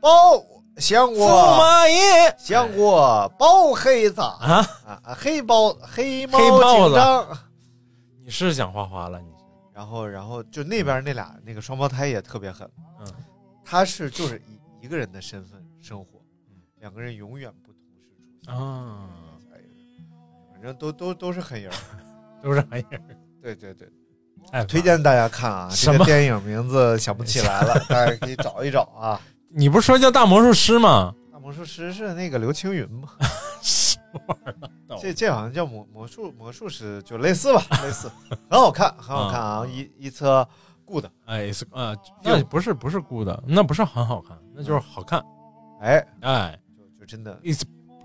S2: 包香
S3: 驸
S2: 锅
S3: 马爷
S2: 香锅包黑子啊
S3: 啊，
S2: 啊，黑包黑猫
S3: 黑豹
S2: 警
S3: 子
S2: 长。
S3: 你是想花花了你？
S2: 然后，然后就那边那俩那个双胞胎也特别狠，
S3: 嗯，
S2: 他是就是一一个人的身份生活
S3: 嗯，
S2: 两个人永远不同时出现
S3: 啊
S2: 下一个人反正都都都是狠人儿。
S3: 都是玩意儿。
S2: 对对对，
S3: 哎，
S2: 推荐大家看啊，
S3: 什
S2: 这
S3: 么
S2: 个电影名字想不起来 了，大家可以找一找啊。
S3: 你不是说叫大魔术师 吗？
S2: 大魔术师是那个刘青云吗？
S3: 什么玩意儿逗
S2: 这这好像叫魔魔术魔术师，就类似 吧，类似，很好看，很好看啊，
S3: 嗯
S2: 一一册 good，
S3: 哎，是
S2: 呃
S3: 啊，那不是不是 good，那不是很好看，那就是好看。
S2: 哎，
S3: 哎
S2: 就就真的，
S3: ，it's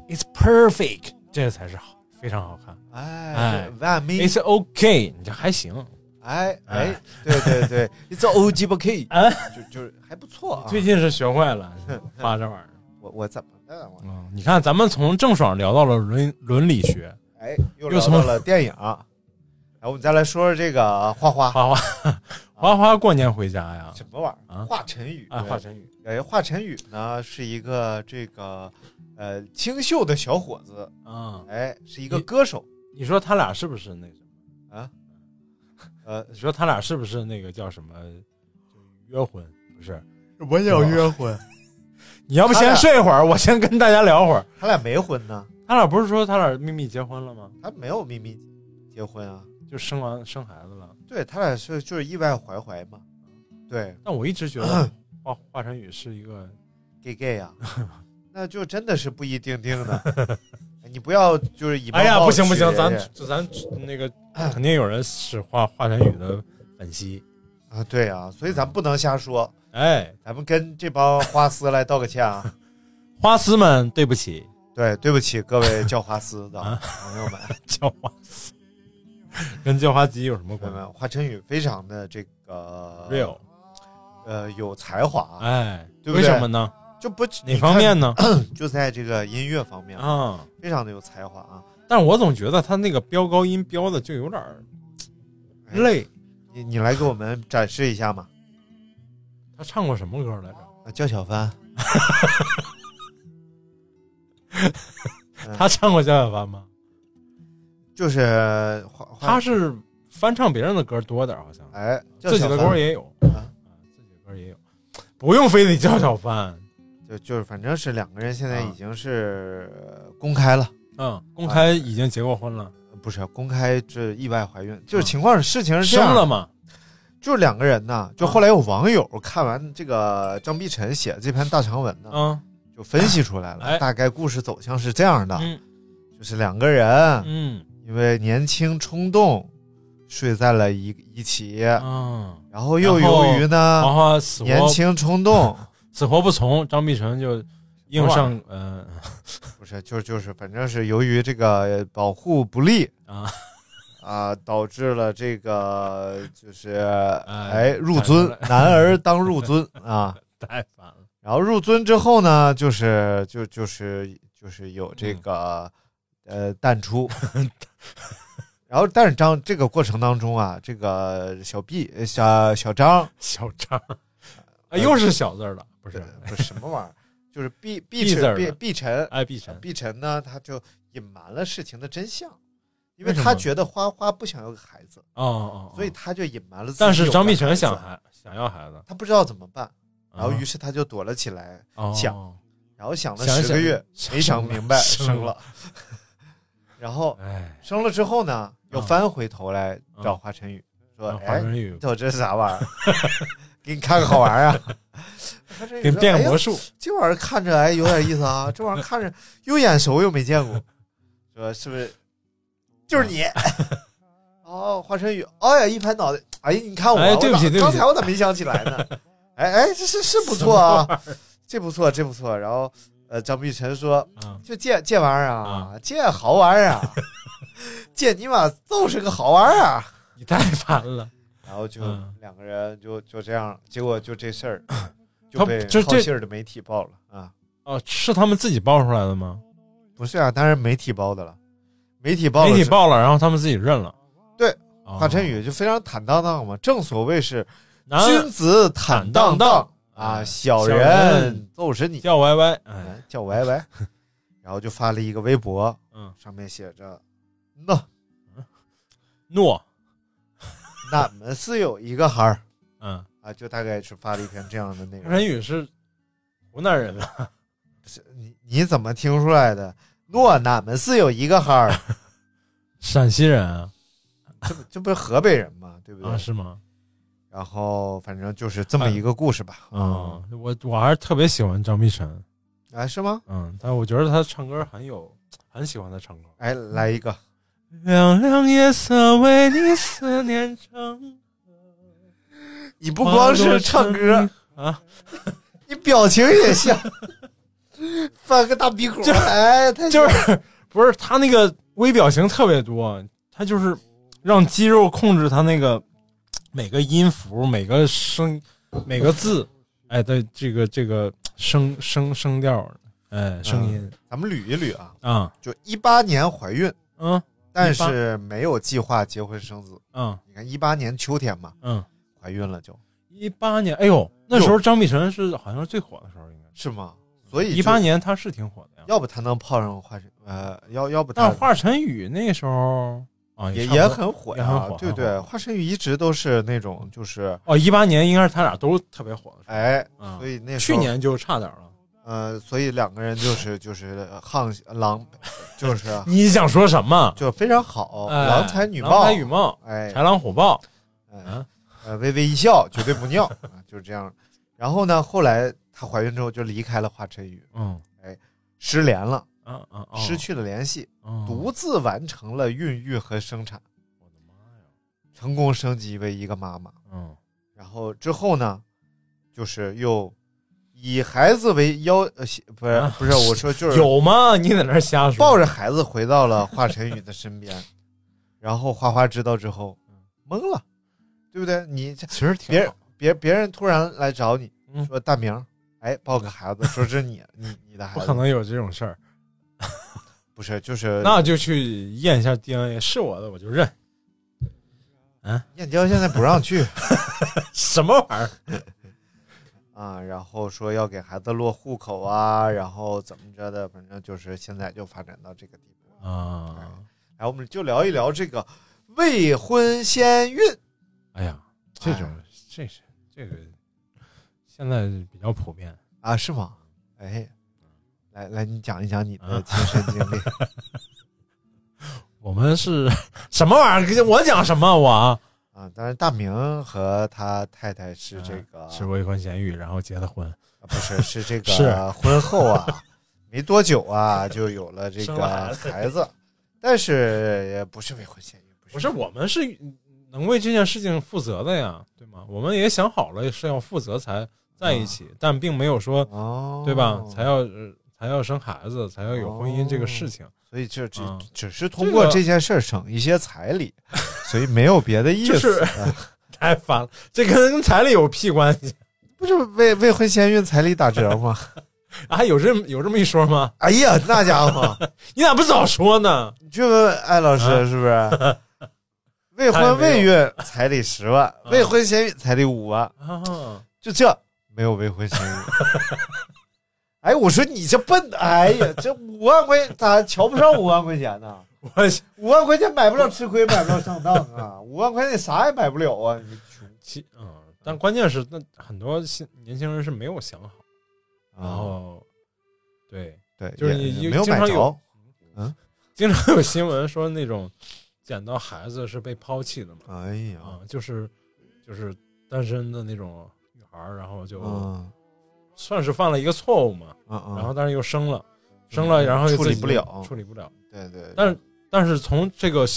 S3: it's perfect，这才是好，非常好看。
S2: 哎
S3: 哎，
S2: 万美
S3: It's OK，你这还行。
S2: 哎
S3: 哎
S2: 哎，对对 对，It's O G B K，
S3: 啊
S2: 就就是还不错啊。
S3: 最近是学坏 了，发这玩意儿。
S2: 我我怎么啊了？我
S3: 嗯，你看，咱们从郑爽聊到了伦伦理学，
S2: 哎，又
S3: 又
S2: 聊
S3: 从
S2: 到了电影。然后我们再来说说这个花花，
S3: 花花花花过年回家呀，
S2: 什么玩意
S3: 啊
S2: 儿？华晨宇
S3: 啊，华晨宇，
S2: 哎，华晨宇呢是一个这个呃清秀的小伙子，
S3: 嗯，
S2: 哎，是一个
S3: 你
S2: 歌手
S3: 你说他俩是不是那什么？
S2: 啊，呃，
S3: 你说他俩是不是那个叫什么？约婚不是？
S2: 我
S3: 有约
S2: 婚，
S3: 你要不
S2: 他
S3: 先
S2: 俩
S3: 睡会儿，我先跟大家聊会儿。
S2: 他俩没婚呢，
S3: 他俩不是说他俩秘密结婚了吗？
S2: 他没有秘密结婚啊，
S3: 就生完生孩子了。
S2: 对他俩是就是意外怀怀嘛，对
S3: 但我一直觉得华华晨宇是一个
S2: ，gay gay 啊，那就真的是不一定定的， 哎你不要就是嗯以貌
S3: 哎呀，
S2: 报
S3: 不行不行，
S2: 取
S3: 咱
S2: 人
S3: 咱那个肯定有人是华华晨宇的粉丝。
S2: 啊，对啊，所以咱不能瞎说，
S3: 哎，
S2: 咱们跟这帮花丝来道个歉 啊。
S3: 花丝们，对不起，
S2: 对，对不起各位叫花丝的
S3: 啊
S2: 朋友们，
S3: 叫花丝跟叫花鸡有什么
S2: 朋
S3: 关
S2: 友
S3: 系
S2: 们，华晨宇非常的这个
S3: ？real，
S2: 呃，有才华，
S3: 哎，
S2: 对不
S3: 为
S2: 对
S3: 什么呢？
S2: 就不
S3: 哪方面？呢？
S2: 你看就在这个音乐方面，
S3: 啊，
S2: 非常的有才华啊。
S3: 但是我总觉得他那个飙高音飙的就有点儿
S2: 哎
S3: 累。
S2: 你你来给我们展示一下嘛？
S3: 他唱过什么歌来着？
S2: 啊，叫小帆，
S3: 他唱过《小小帆》吗？
S2: 就是花花
S3: 他是翻唱别人的歌多点儿，好像
S2: 哎，叫
S3: 自己
S2: 小
S3: 的
S2: 帆
S3: 歌也有
S2: 啊，
S3: 自己的歌也有，不用非得叫小帆。
S2: 就就是反正是两个人现在
S3: 啊
S2: 已经是呃公开了。呃
S3: 嗯，公开已经结过婚了，
S2: 不是公开这意外怀孕，就是
S3: 啊
S2: 情况是事情是这
S3: 生
S2: 样的
S3: 了，嘛？
S2: 就是两个人呢，就
S3: 啊
S2: 后来有网友看完这个张碧晨写的这篇大长文呢，
S3: 嗯
S2: 就分析出来
S3: 哎
S2: 了，大概故事走向是这样的，
S3: 嗯
S2: 就是两个人
S3: 嗯
S2: 因为年轻冲动睡在了一一起，
S3: 嗯，
S2: 然后又
S3: 然后哦
S2: 由于呢
S3: 花花死
S2: 啊年
S3: 活
S2: 轻冲动，
S3: 死活不从，张碧晨就
S2: 什
S3: 硬
S2: 么玩
S3: 上嗯
S2: 不是就就是反正是由于这个保护不力
S3: 啊
S2: 啊，导致了这个就是
S3: 哎
S2: 哎入尊
S3: 产，
S2: 男儿当入尊 啊。
S3: 太烦了，
S2: 然后入尊之后呢，就是就就是就是有这
S3: 嗯
S2: 个、呃淡 出，然后但是张这个过程当中啊，这个小毕呃小小张
S3: 小 张，哎，又是小字儿了，不
S2: 不
S3: 是？
S2: 不是什么玩意儿，就是毕
S3: 毕
S2: 毕
S3: 字儿
S2: 晨
S3: 的
S2: 毕毕晨
S3: 哎，碧晨，
S2: 毕晨呢，他就隐瞒了事情的真相，因
S3: 为
S2: 为
S3: 什么
S2: 他觉得花花不想要个孩子，
S3: 哦哦，哦
S2: 所以他就隐瞒了自己有个
S3: 但
S2: 孩子。
S3: 是张碧晨想孩想要孩子，
S2: 他不知道怎么办，然后
S3: 啊
S2: 于是他就躲了起来，
S3: 哦
S2: 想然后想了
S3: 想
S2: 十
S3: 想
S2: 个月，没想
S3: 生了
S2: 明白，
S3: 生
S2: 生
S3: 了
S2: 了。然后
S3: 哎，
S2: 生了之后呢，又
S3: 啊
S2: 翻回头来找华晨宇，说
S3: 然嗯后：“华
S2: 哎，
S3: 晨宇
S2: 你瞅这是啥玩意儿？ 给你看个好玩儿啊！”华晨宇
S3: 给你
S2: 说
S3: 变
S2: 哎
S3: 个
S2: 呀
S3: 魔术，
S2: 这玩意儿看着哎有点意思啊，这玩意儿看着又眼熟又没见过，说是不是？就是 你。哦，华晨宇，哎呀，一拍脑袋，哎，你看我，
S3: 哎
S2: 我
S3: 对不起
S2: 咋
S3: 对不
S2: 刚
S3: 起
S2: 才我咋没想起来呢？哎哎，这是是不错
S3: 什么玩
S2: 啊，这不错，这不错。然后，呃，张碧晨说，
S3: 嗯，
S2: 就这这玩意儿啊，这好玩意儿 啊，这尼玛就是个好玩意儿啊。
S3: 你太烦了，
S2: 然后就
S3: 嗯
S2: 两个人就就这样，结果就这事儿
S3: 他
S2: 就被
S3: 这
S2: 好
S3: 这
S2: 信儿的媒体报了啊。
S3: 哦，是他们自己爆出来的吗？
S2: 不是啊，当然媒体包的了，媒体包
S3: 媒
S2: 了
S3: 体
S2: 是
S3: 爆了，然后他们自己认了，
S2: 对
S3: 哦，
S2: 华晨宇就非常坦荡荡嘛，正所谓是
S3: 男
S2: 君子坦荡
S3: 荡
S2: 啊，
S3: 哎
S2: 小
S3: 小
S2: 人
S3: 人
S2: 揍死你，
S3: 叫 YY，哎，
S2: 哎叫歪歪， 然后就发了一个微博，
S3: 嗯，
S2: 上面写着，那
S3: 诺，
S2: 俺们是有一个孩儿
S3: 嗯，
S2: 啊，就大概是发了一篇这样的内
S3: 华
S2: 容。
S3: 晨宇是湖南人啊，
S2: 你你怎么听出来的？诺，俺们是有一个孩儿，
S3: 陕西人啊，
S2: 这不这不是河北人吗？对不对
S3: 啊？是哎吗？
S2: 然后反正就是这么一个故事吧。
S3: 啊，我我还是特别喜欢张碧晨，
S2: 嗯，哎，是吗？
S3: 嗯，但我觉得他唱歌很有，很喜欢他唱歌。
S2: 哎，来一个。
S3: 亮亮夜色为你思念成，
S2: 你不光是唱歌，
S3: 啊，
S2: 你表情也像，翻个大鼻孔，哎， 太
S3: 就
S2: 像
S3: 是 不是他那个微表情特别多，他就是让肌肉控制他那个每个音符、每个声、每个字，哎，对这个这个声声声调，哎，
S2: 嗯
S3: 声音
S2: 咱们捋一捋啊，
S3: 啊，
S2: 就一八年怀孕，
S3: 嗯
S2: 但是没有计划结婚生子。
S3: 嗯
S2: 你看一八年秋天嘛，
S3: 嗯，
S2: 怀怀孕了就，
S3: 一八年，哎呦，那时候张碧晨是好像是最火的时候，应该
S2: 是吗？所以
S3: 一八，年他是挺火的呀。
S2: 要不他能泡上华晨，呃，要要不他
S3: 但华晨宇那时候啊
S2: 也
S3: 差不多
S2: 也很火
S3: 也
S2: 呀、
S3: 很火
S2: 对
S3: 很
S2: 不对？华晨宇一直都是那种就是
S3: 哦，一八年应该是他俩都特别火的时候。
S2: 哎，
S3: 嗯
S2: 所以那时
S3: 去
S2: 候
S3: 年就差点了。
S2: 呃，所以两个人就是就是沆狼，就是啊
S3: 你想说什么？
S2: 就非常好，哦
S3: 哎
S2: 郎才女
S3: 郎
S2: 貌
S3: 才，女貌，
S2: 哎，
S3: 豺狼虎豹。
S2: 哎
S3: 啊，
S2: 呃，微微一笑，绝对不 尿，啊就是这样。然后呢，后来她怀孕之后就离开了华晨宇，
S3: 嗯
S2: 失联了，
S3: 啊啊，啊
S2: 失去了联系，
S3: 哦
S2: 独自完成了孕育和生产，
S3: 我的妈呀！
S2: 成功升级为一个妈妈。
S3: 嗯，
S2: 然后之后呢，就是又以孩子为要，呃，不是
S3: 啊
S2: 不是，我说 就是
S3: 有吗？你在那儿瞎说。
S2: 抱着孩子回到了华晨宇的身 边。然后花花知道之后嗯懵了，对不对？你这
S3: 其实挺
S2: 别人
S3: 好
S2: 别别人突然来找你
S3: 嗯
S2: 说大明儿，哎，抱个孩子，说是你你你的孩
S3: 不
S2: 子，
S3: 可能有这种事儿，
S2: 不是就是
S3: 那就去验一下 DNA，是我的我就 认。
S2: 燕郊现在不让去
S3: 什么玩意儿？
S2: 啊，然后说要给孩子落户口啊，然后怎么着的，反正就是现在就发展到这个地步。
S3: 啊，
S2: 然后我们就聊一聊这个未婚先孕，
S3: 哎呀，这种这是这个现在比较普遍。
S2: 啊，是吗？哎，来来，你讲一讲你
S3: 嗯
S2: 的亲身经历。
S3: 我们是 什么玩意儿？我讲什么我啊？
S2: 啊，当然，大明和他太太是这个，
S3: 嗯是未婚先孕，然后结的婚，
S2: 啊不是是这
S3: 是
S2: 个婚后啊，没多久 啊就有了这
S3: 生
S2: 个
S3: 了孩子
S2: 孩子，但是也不是未婚先孕，
S3: 不是我们是能为这件事情负责的呀，对吗？我们也想好了是要负责才在一起，但并没有说
S2: 哦，
S3: 对吧？才要呃才要生孩子，才要有婚姻这个事情。
S2: 所以这只、
S3: 嗯
S2: 只是通过
S3: 这个
S2: 这件事儿省一些彩礼， 所以没有别的意思。
S3: 就是
S2: 啊
S3: 太烦了，这跟彩礼有屁关系
S2: 不是未未婚先孕彩礼打折吗？
S3: 啊？有这么有这么一说吗？
S2: 哎呀，那家伙，
S3: 你咋不早说呢？
S2: 你去问问艾老师
S3: 啊
S2: 是不是？ 未婚未孕彩礼十万，
S3: 嗯
S2: 未婚先孕彩礼五万，
S3: 啊，
S2: 就这没有未婚先孕。 哎，我说你这笨的，哎呀，这五万块钱咋瞧不上五万块钱呢？
S3: 我
S2: 五万块钱买不了吃亏，买不了上当 啊！五万块钱你啥也买不了啊！你穷
S3: 其嗯，但关键是那很多新年轻人是没有想好，
S2: 啊
S3: 然后对，
S2: 对，
S3: 哦就是
S2: 也
S3: 你
S2: 也没有买
S3: 经常有
S2: 着
S3: 经常有新闻说那种捡到孩子是被抛弃的嘛，
S2: 哎呀，
S3: 啊，就是就是单身的那种女孩儿，然后就
S2: 嗯
S3: 算是犯了一个错误嘛，
S2: 嗯嗯，
S3: 哦然后但是又生了，生了然后又
S2: 处理
S3: 自己
S2: 不了
S3: 处理不了。
S2: 对对，
S3: 但是但是从这个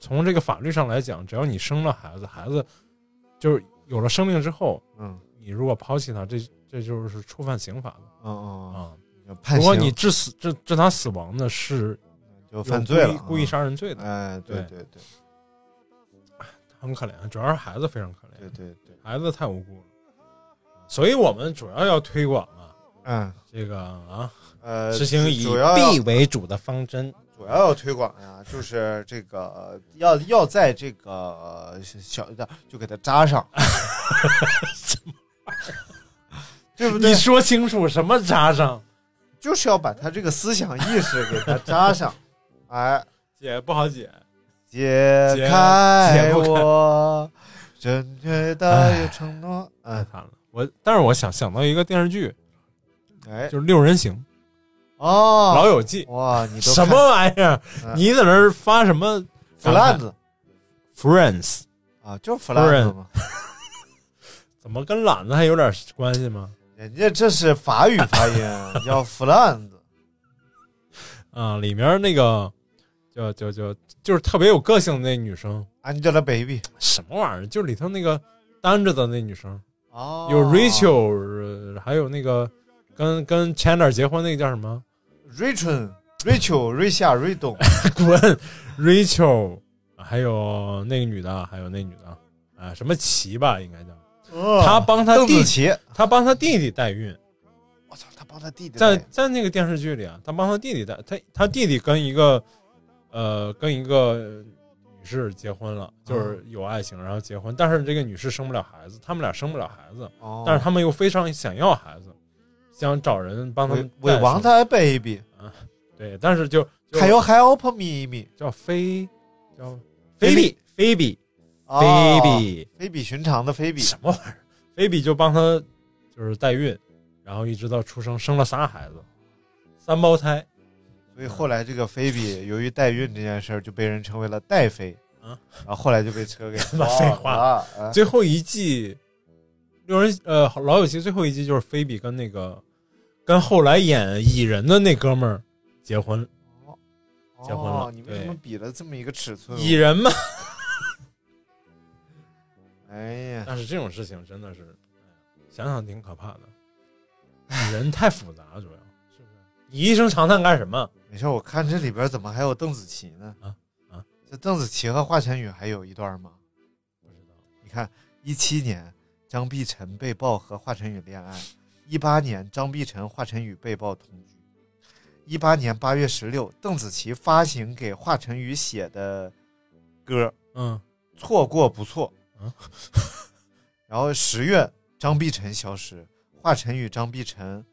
S3: 从这个法律上来讲，只要你生了孩子，孩子就是有了生命之后，
S2: 嗯
S3: 你如果抛弃他，这这就是触犯刑法的
S2: 嗯嗯
S3: 啊。
S2: 嗯，判
S3: 如果你
S2: 刑
S3: 致死致致他死亡的是
S2: 就
S3: 有
S2: 犯
S3: 故
S2: 罪
S3: 意
S2: 了，
S3: 故意杀人罪的，
S2: 哎，对
S3: 对
S2: 对对
S3: 很可怜，主要是孩子非常可
S2: 对
S3: 怜，
S2: 对对，
S3: 孩子太无辜了。所以我们主要要推广啊，
S2: 嗯
S3: 这个啊，
S2: 呃，
S3: 实行以
S2: 主要要
S3: 弊为主的方针。
S2: 主要要推广呀，就是这个呃要要在这个呃小的就给它扎上，对不对
S3: 你？说清楚什么扎上？
S2: 就是要把他这个思想意识给它扎上，哎，
S3: 姐不好解，
S2: 解
S3: 解
S2: 开
S3: 解不开哎
S2: 我正确的承诺，
S3: 太
S2: 嗯，
S3: 惨了。我但是我想想到一个电视剧，
S2: 哎，
S3: 就是《六人行》《老
S2: 哦，
S3: 友记》，
S2: 哇，你都
S3: 什么玩意儿
S2: 嗯？
S3: 你在那儿发什么
S2: 腐烂子
S3: ？Friends
S2: 啊？就是腐烂子
S3: Friends
S2: 嘛，
S3: 怎么跟懒子还有点关系吗？
S2: 人家这是法语发音，叫腐烂子。
S3: 啊，里面那个就就就就是特别有个性的那女生，
S2: 啊 Angelababy
S3: 什么玩意儿？就是里头那个单着的那女生，
S2: 哦
S3: 有 Rachel，、呃还有那个跟跟 Chandler 结婚那个叫什么？
S2: Rachel、Rachel、瑞夏、瑞 东，
S3: 滚，Rachel，还有那个女的，还有那女的，啊，什么琪吧，应该叫。
S2: 哦
S3: 他帮他
S2: 邓
S3: 弟
S2: 紫，棋，
S3: 他帮他弟弟代孕，
S2: 我操，他帮他弟弟
S3: 在
S2: 带
S3: 在那个电视剧里啊，他帮他弟弟代，他他弟弟跟一个呃跟一个女女士结婚
S2: 哦
S3: 了，就是有爱情，然后结婚，但是这个女士生不了孩子，他们俩生不了孩子，
S2: 哦
S3: 但是他们又非常想要孩子，想找人帮他
S2: 伪哦
S3: 们
S2: 伪
S3: 带
S2: 王
S3: 生
S2: 他 baby，
S3: 对，但是就就
S2: 还有 help me me
S3: 叫菲叫
S2: 菲比
S3: 菲比菲比
S2: 哦
S3: 菲比
S2: 非比寻常的非比，
S3: 什么玩意儿？菲比就帮他就是代孕，然后一直到出生，生了仨孩子，三胞胎。
S2: 所以后来这个菲比由于代孕这件事儿就被人称为了代妃，
S3: 啊
S2: 然后后来就被车给
S3: 妈废话
S2: 了，啊
S3: 最后一季六人呃老友记最后一季就是菲比跟那个跟后来演蚁人的那哥们儿结婚，结婚了
S2: 哦你为什
S3: 对
S2: 么比了这么一个尺寸？
S3: 蚁人嘛。
S2: 哎呀，
S3: 但是这种事情真的是哎呀想想挺可怕的，蚁人太复杂了，主要是不是？你一声长叹干什么？
S2: 没事，我看这里边怎么还有邓紫棋呢？
S3: 啊啊，
S2: 这邓紫棋和华晨宇还有一段吗？
S3: 不知道。
S2: 你看，一七年张碧晨被曝和华晨宇恋爱，一八年张碧晨、华晨宇被曝同居，一八年八月十六，邓紫棋发行给华晨宇写的歌
S3: 嗯，
S2: 《错过不错》
S3: 嗯
S2: 然后十月张碧晨消失，华晨宇、张碧晨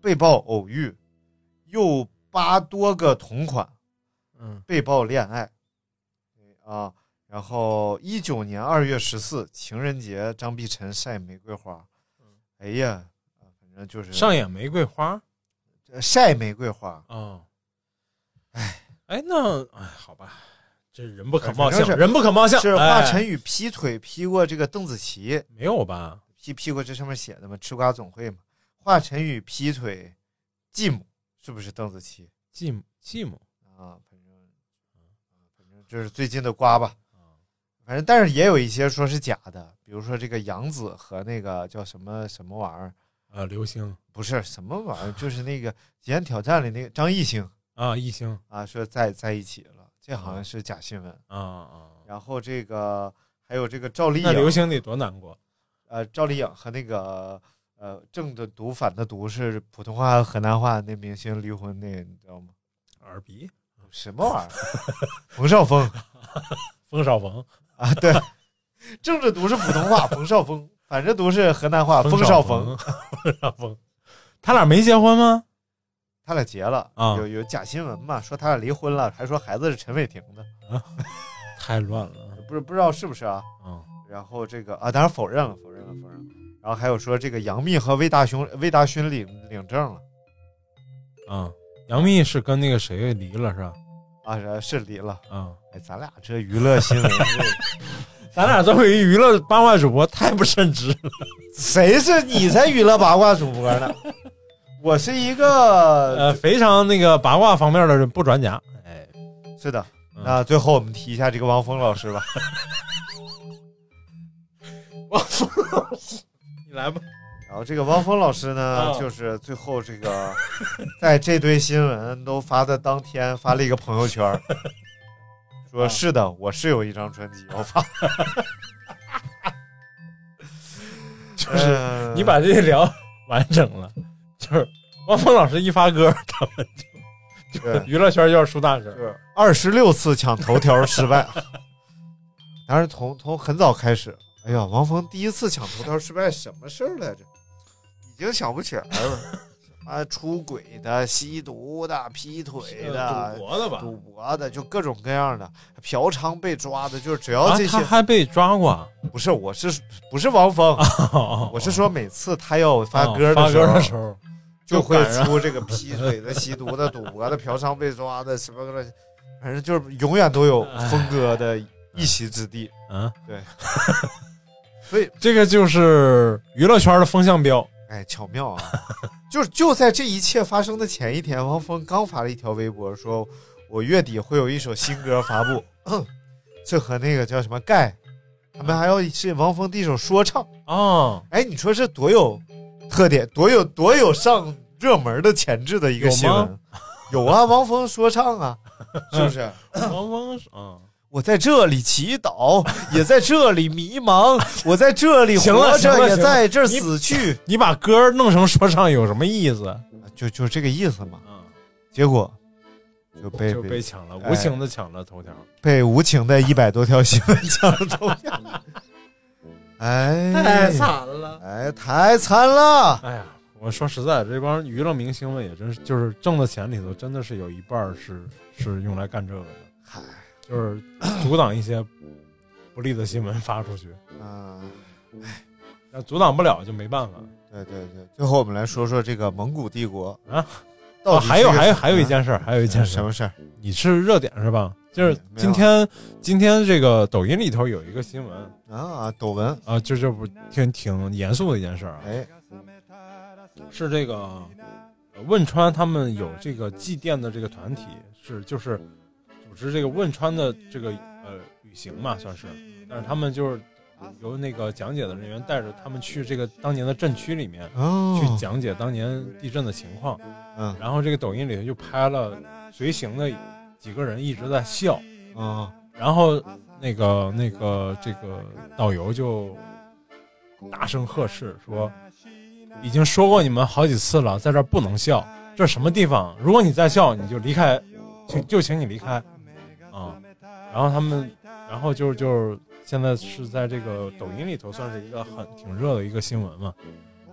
S2: 被曝偶遇，又扒多个同款，
S3: 嗯，
S2: 被曝恋爱，啊，然后一九年二月十四情人节，张碧晨晒玫瑰花，哎呀，啊反正就是
S3: 上演玫瑰花
S2: 呃晒玫瑰花，
S3: 哦。哎，哎，那哎，好吧，这人不可貌
S2: 反
S3: 相
S2: 正，是
S3: 人不可貌相。
S2: 是华
S3: 哎
S2: 晨宇劈腿劈过这个邓紫棋，
S3: 没有吧？
S2: 劈劈过这上面写的嘛，吃瓜总会嘛，华晨宇劈腿继母是不是邓紫棋
S3: 继母，继母，
S2: 啊？反正，反正这是最近的瓜吧。反正，但是也有一些说是假的，比如说这个杨紫和那个叫什么什么玩意儿，
S3: 呃，刘星
S2: 不是什么玩意儿，就是那个《极限挑战》里那个张艺兴
S3: 啊，艺兴
S2: 啊，说在在一起了，这好像是假新闻。
S3: 啊啊，
S2: 然后这个还有这个赵丽
S3: 那刘
S2: 颖，
S3: 星得多难过
S2: 呃，赵丽颖和那个呃正的读反的读是普通话和河南话那明星离婚那个，你知道吗？
S3: 耳鼻，
S2: 什么玩意儿？ 冯绍峰
S3: 冯绍峰，
S2: 啊，对，正着读是普通话，冯绍峰反着读是河南话，冯
S3: 绍
S2: 绍 峰，
S3: 冯绍峰，他俩没结婚吗？
S2: 他俩结了，
S3: 啊
S2: 有有假新闻嘛，说他俩离婚了，还说孩子是陈伟霆的，
S3: 太乱了
S2: 不是不知道是不是啊？
S3: 啊！
S2: 然后这个啊，当然否认了，否认了，否认了。然后还有说这个杨幂和魏大勋，魏大勋领领证了
S3: 啊，杨幂是跟那个谁离了是吧？
S2: 啊，是是离了。
S3: 啊，
S2: 哎，咱俩这娱乐新闻，
S3: 咱俩作为娱乐八卦主播太不称职了。
S2: 谁是你才娱乐八卦主播 呢？我是一个，
S3: 呃，非常那个八卦方面的不专家。哎，
S2: 是的。
S3: 嗯
S2: 那最后我们提一下这个汪峰老师吧。
S3: 你来吧。
S2: 然后这个汪峰老师呢，
S3: 啊
S2: 就是最后这个，在这堆新闻都发的当天，发了一个朋友 圈儿，说
S3: 啊
S2: 是的，我是有一张专辑要发，
S3: 就是
S2: 呃
S3: 你把这聊 完整了，就是汪峰老师一发歌，他们
S2: 对
S3: 娱乐圈就要出大事儿。
S2: 是二十六次抢头条失败，当然从从很早开始，哎呀，王峰第一次抢头条失败什么事儿来着？已经想不起来了，什么出轨的、吸毒的、劈腿的、
S3: 博的吧
S2: 赌博的，就各种各样的，嫖娼被抓的，就是只要
S3: 啊
S2: 这，些，
S3: 他还被抓过啊。哦
S2: 不是我是不是王峰，我是说每次他要发歌
S3: 啊发
S2: 的时
S3: 歌
S2: 候，
S3: 的时候，
S2: 就会出这个劈腿的、吸毒的、赌博的、嫖娼被抓的什么乱七，反正就是永远都有
S3: 哎
S2: 峰哥的一席之地。
S3: 嗯，
S2: 对，所以
S3: 这个就是娱乐圈的风向标。
S2: 哎，巧妙啊！就是就在这一切发生的前一天，汪峰刚发了一条微博说：“我月底会有一首新歌发布，嗯这和那个叫什么盖，他们还要是汪峰第一首说唱。
S3: 哦，
S2: 哎，你说这多有特点，多有多有上热门的潜质的一个新
S3: 有
S2: 闻
S3: 吗。
S2: 有啊，汪峰说唱啊，是不是？
S3: 汪峰是啊，
S2: 我在这里祈祷，也在这里迷 茫，我在这里
S3: 行了
S2: 活
S3: 行了
S2: 着，也
S3: 行了
S2: 在这儿
S3: 你
S2: 死去，
S3: 你把歌弄成说唱有什么意思？
S2: 就就这个意思嘛。
S3: 嗯，
S2: 结果就被
S3: 就被
S2: 被
S3: 抢了，
S2: 哎
S3: 无情的抢了头条。
S2: 被无情的一百多条新闻抢了头条， 哎，
S5: 太惨了。
S2: 哎，太惨了。
S3: 哎呀，我说实在，这帮娱乐明星们也真是，就是挣的钱里头，真的是有一半儿是是用来干这个的，
S2: 嗨，
S3: 就是阻挡一些不利的新闻发出去。
S2: 啊，
S3: 那阻挡不了就没办法。
S2: 对对对，最后我们来说说这个蒙古帝国
S3: 啊，
S2: 到
S3: 哦，
S2: 底
S3: 还
S2: 是
S3: 有
S2: 个
S3: 还
S2: 什
S3: 有
S2: 么啊
S3: 还有一件事儿，还有一件事
S2: 什
S3: 儿，
S2: 么事儿？
S3: 你是热点是吧？就是
S2: 没有
S3: 今天今天这个抖音里头有一个新闻
S2: 啊，抖文，
S3: 啊，就这不挺挺严肃的一件事儿啊，
S2: 哎，
S3: 是这个呃汶川他们有这个祭奠的这个团体，是就是组织这个汶川的这个呃旅行嘛，算是，但是他们就是由那个讲解的人员带着他们去这个当年的震区里面
S2: 哦，
S3: 去讲解当年地震的情况，
S2: 嗯，
S3: 然后这个抖音里头就拍了随行的几个人一直在笑，
S2: 啊，
S3: 然后那个那个这个导游就大声呵斥说：“已经说过你们好几次了，在这儿不能笑，这什么地方？如果你再笑，你就离开，请就请你离开啊！”然后他们，然后就就是现在是在这个抖音里头算是一个很挺热的一个新闻嘛，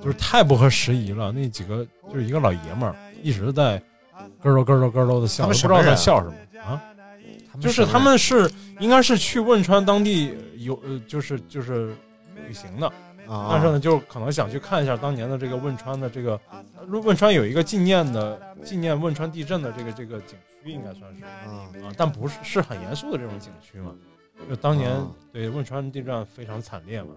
S3: 就是太不合时宜了。那几个就是一个老爷们儿一直在咯咯咯咯咯咯的笑，
S2: 他们
S3: 我不
S2: 什
S3: 知
S2: 么
S3: 道
S2: 人
S3: 在
S2: 啊
S3: 笑什么啊。
S2: 哦
S3: 就是他们是应该是去汶川当地游，呃，就是就是旅行的，
S2: 啊，
S3: 但是呢，就可能想去看一下当年的这个汶川的这个，呃汶川有一个纪念的纪念汶川地震的这个这个景区，应该算是啊，
S2: 啊，
S3: 但不是是很严肃的这种景区嘛，就当年
S2: 啊
S3: 对汶川地震非常惨烈嘛，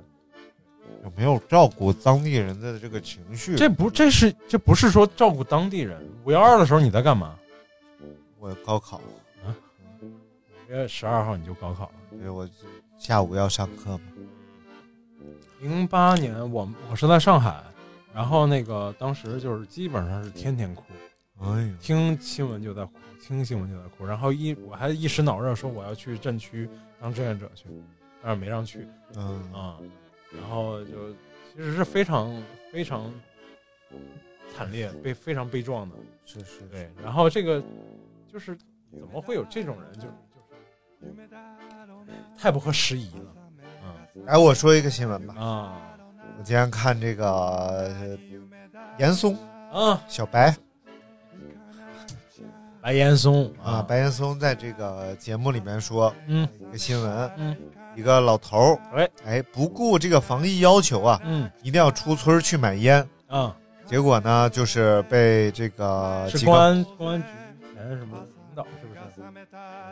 S2: 有没有照顾当地人的这个情绪？
S3: 这不这是这不是说照顾当地人，五幺二的时候你在干嘛？
S2: 我高考，
S3: 五月十二号你就高考了。
S2: 对我下午要上课嘛，
S3: 零八年我我是在上海，然后那个当时就是基本上是天天哭，
S2: 哎呦，
S3: 听新闻就在哭，听新闻就在哭，然后一我还一时脑热说我要去镇区当志愿者去，但是没让去
S2: 嗯
S3: 啊、然后就其实是非常非常惨烈，被非常悲壮的，
S2: 是是是，
S3: 对，然后这个就是怎么会有这种人，就是就是太不合时宜了，
S2: 哎，我说一个新闻吧
S3: 嗯，啊
S2: 我今天看这个呃严嵩
S3: 啊，
S2: 小白
S3: 白岩松
S2: 啊，白岩松在这个节目里面说
S3: 嗯
S2: 一个新闻，
S3: 嗯
S2: 一个老头儿，
S3: 哎
S2: 哎，不顾这个防疫要求啊，
S3: 嗯
S2: 一定要出村儿去买烟，
S3: 啊，
S2: 结果呢，就是被这个
S3: 是
S2: 啊几
S3: 公
S2: 个
S3: 安公安局前什么领导是不是？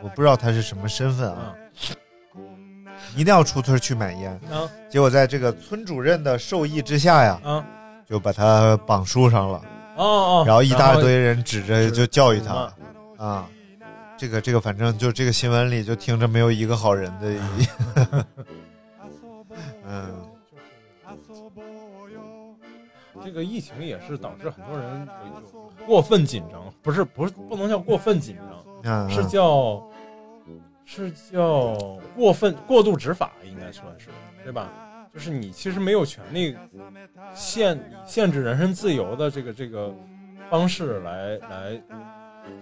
S2: 我不知道他是什么身份啊，
S3: 啊
S2: 一定要出村去买烟。
S3: 啊
S2: 结果在这个村主任的授意之下呀，
S3: 啊
S2: 就把他绑树上了，
S3: 哦哦，
S2: 然后一大堆人指着
S3: 是
S2: 就教育
S3: 嗯
S2: 他啊。这个这个，反正就这个新闻里就听着没有一 个好人的，嗯，
S3: 这个疫情也是导致很多人有过分紧张，不是不是不能叫过分紧张，
S2: 嗯
S3: 是叫是叫过分过度执法，应该算是对吧？就是你其实没有权利限限制人身自由的这个这个方式来来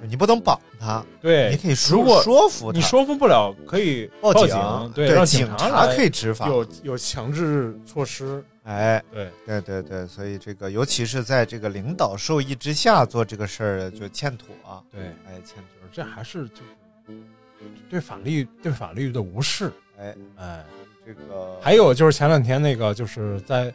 S2: 你不能绑他，
S3: 对，
S2: 你可以说
S3: 如果
S2: 说服他，
S3: 你说服不了，可以
S2: 报
S3: 警，对，
S2: 对，
S3: 让
S2: 警
S3: 察来
S2: 可以执法，
S3: 有有强制措施，
S2: 哎，
S3: 对，
S2: 对对对，所以这个尤其是在这个领导授意之下做这个事儿就欠妥、
S3: 对
S2: 哎欠妥，
S3: 嗯这还是就是对法律对法律的无视，
S2: 哎
S3: 哎，
S2: 这个
S3: 还有就是前两天那个就是在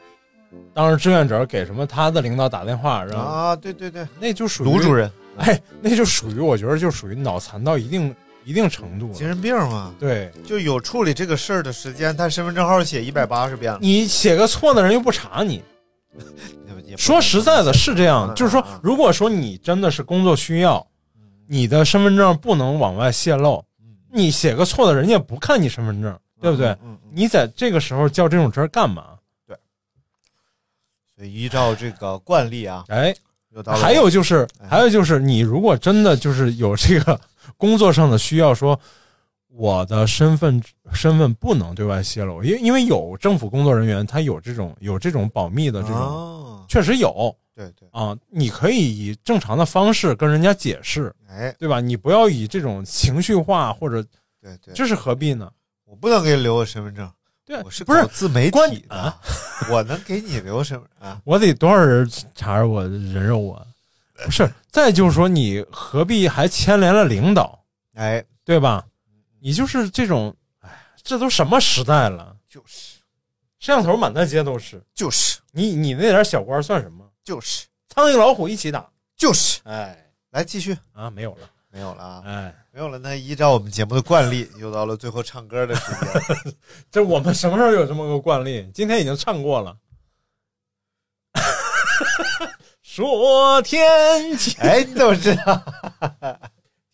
S3: 当时志愿者给什么他的领导打电话，然后、
S2: 啊，对对对，
S3: 那就属于
S2: 卢主，任
S3: 哎，那就属于我觉得就属于脑残到一定一定程度
S2: 精
S3: 了，
S2: 神病嘛，
S3: 对
S2: 就有处理这个事儿的时间，他身份证号写一百八十遍了，
S3: 你写个错的人又不查你，
S2: 也不也不
S3: 说实在的，是这样，
S2: 嗯
S3: 就是说
S2: 嗯嗯，
S3: 如果说你真的是工作需要，你的身份证不能往外泄露，你写个错的，人家不看你身份证，对不对
S2: 嗯？嗯嗯
S3: 你在这个时候较这种真儿干嘛？
S2: 所以依照这个惯例啊，
S3: 哎，
S2: 又到了
S3: 还有就是，
S2: 哎
S3: 还有就是，你如果真的就是有这个工作上的需要，说我的身份身份不能对外泄露，因为因为有政府工作人员他有这种有这种保密的这种，
S2: 哦，
S3: 确实有，
S2: 啊对对，
S3: 啊，你可以以正常的方式跟人家解释，
S2: 哎，
S3: 对吧？你不要以这种情绪化或者
S2: 对对，
S3: 这是何必呢？
S2: 我不能给你留个身份证，
S3: 对，
S2: 我是
S3: 不是
S2: 搞自媒
S3: 关啊
S2: 体的， 我能给你留身份啊？
S3: 我得多少人查着我人肉我？不是，再就是说你何必还牵连了领导，
S2: 哎，
S3: 对吧？你就是这种，哎，这都什么时代了？
S2: 就是
S3: 摄像头满大街都是，
S2: 就是
S3: 你你那点小官算什么？
S2: 就是
S3: 苍蝇老虎一起打，
S2: 就是，
S3: 哎
S2: 来继续，
S3: 啊，没有了，
S2: 没有了啊，
S3: 哎，
S2: 没有了。那依照我们节目的惯例，又到了最后唱歌的时间了。
S3: 这我们什么时候有这么个惯例？今天已经唱过了。 说天晴，
S2: 哎，你怎么知道？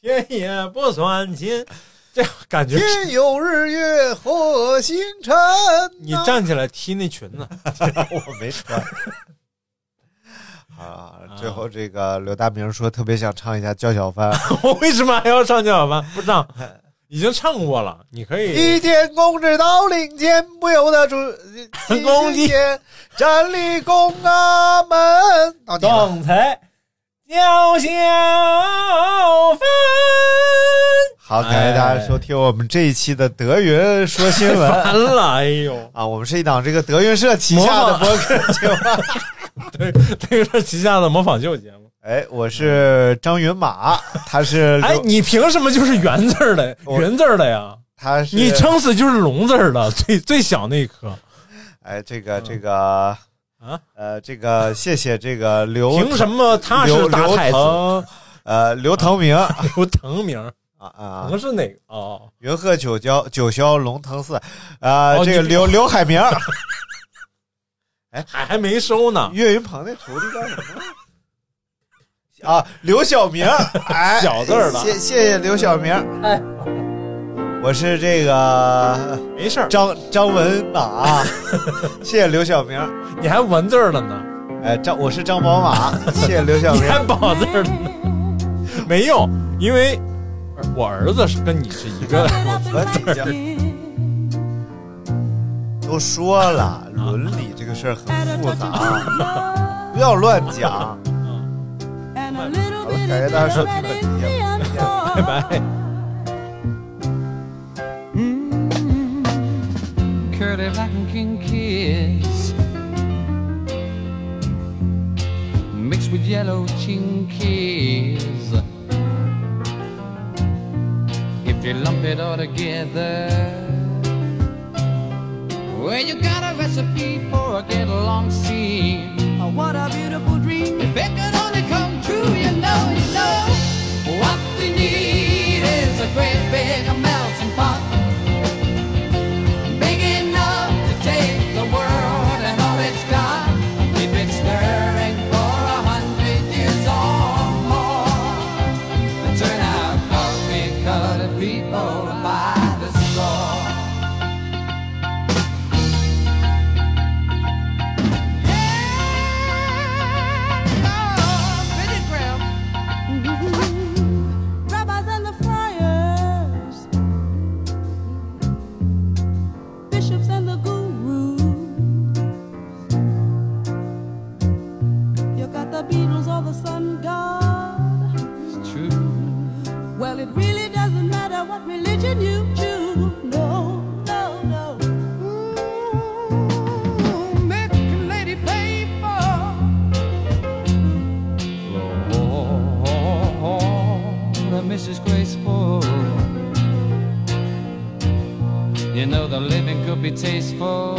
S3: 天也不算近，这感觉
S2: 天有日月和星辰呐。
S3: 你站起来踢那裙子，
S2: 我没 穿。啊，最后这个刘大明说特别想唱一下焦小 帆，
S3: 我为什么还要唱叫小帆？不 知道，已经唱过了，你可以
S2: 一天公至到领间，不由得出
S3: 公鸡
S2: 间，站立宫阿门。到你了，
S3: 才叫小帆，
S2: 好，感谢大家收听我们这一期的德云说新 闻
S3: 完了，哎呦，
S2: 啊，我们是一档这个德云社旗下的
S3: 模仿
S2: 播客节目。
S3: 对，这个是旗下的模仿秀节目。
S2: 哎，我是张云马，他是
S3: 哎，你凭什么就是圆字儿的
S2: 我
S3: 圆字儿的呀？
S2: 他是
S3: 你撑死就是龙字儿的最最小那一颗，
S2: 哎，这个这个
S3: 嗯啊，
S2: 呃，这个谢谢这个刘
S3: 凭什么他
S2: 刘
S3: 是大
S2: 刘
S3: 太子？
S2: 腾呃，刘腾明啊
S3: 刘腾名儿，
S2: 啊
S3: 腾，是哪个？哦，
S2: 云鹤九霄九霄龙腾寺，啊，
S3: 哦
S2: 这个
S3: 你
S2: 刘刘海明，
S3: 还还没收呢，
S2: 岳云鹏那徒弟叫什么？啊，刘小明， 哎，
S3: 小字儿的
S2: 谢谢谢刘小明，哎，我是这个
S3: 没事儿，
S2: 张张文马，啊谢谢刘小明，
S3: 你还文字儿了呢。
S2: 哎，张我是张宝马，谢谢刘小
S3: 你
S2: 明，
S3: 还宝字儿呢？没用，因为儿我儿子是跟你是一个。
S2: 我已经啊都说了，伦理这个事儿很复杂，啊不要乱讲。好了，感谢大家收听本期节目，再见。
S3: 拜拜。
S5: curly black and king kiss mixed with yellow chinkies if you lump it all together well you got a recipe for a get along scene oh, what a beautiful dream if it could only come true you know you know what we need is a great big melting pot big enough to take the world and all it's got. Keep it stirring for a hundred years or more. And turn out coffee colored people by the score.
S6: Rabbis and the friars, bishops and the gurus. You got the Beatles or the Sun God.
S5: It's true.
S6: Well, it really doesn't matter what religion you choose. No, no, no.
S5: Mm, make a lady pay for. Lord, Mrs. Graceful. You know the living could be tasteful.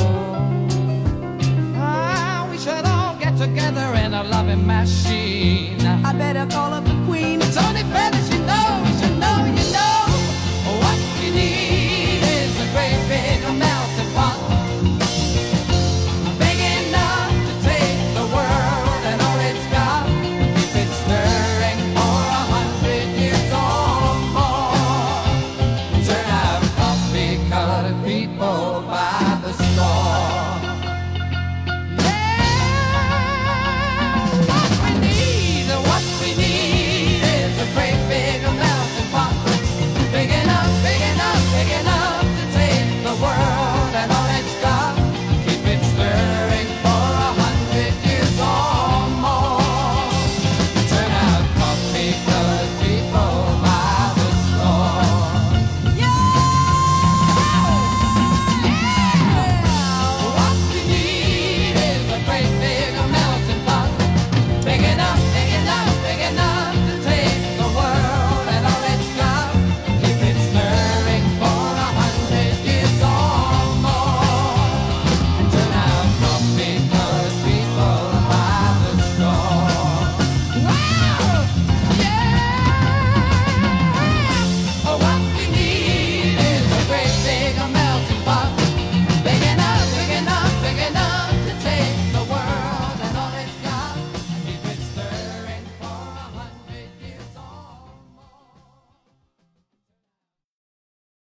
S5: Ah, we should all get together in a loving machine.
S6: I better call a
S5: Oh,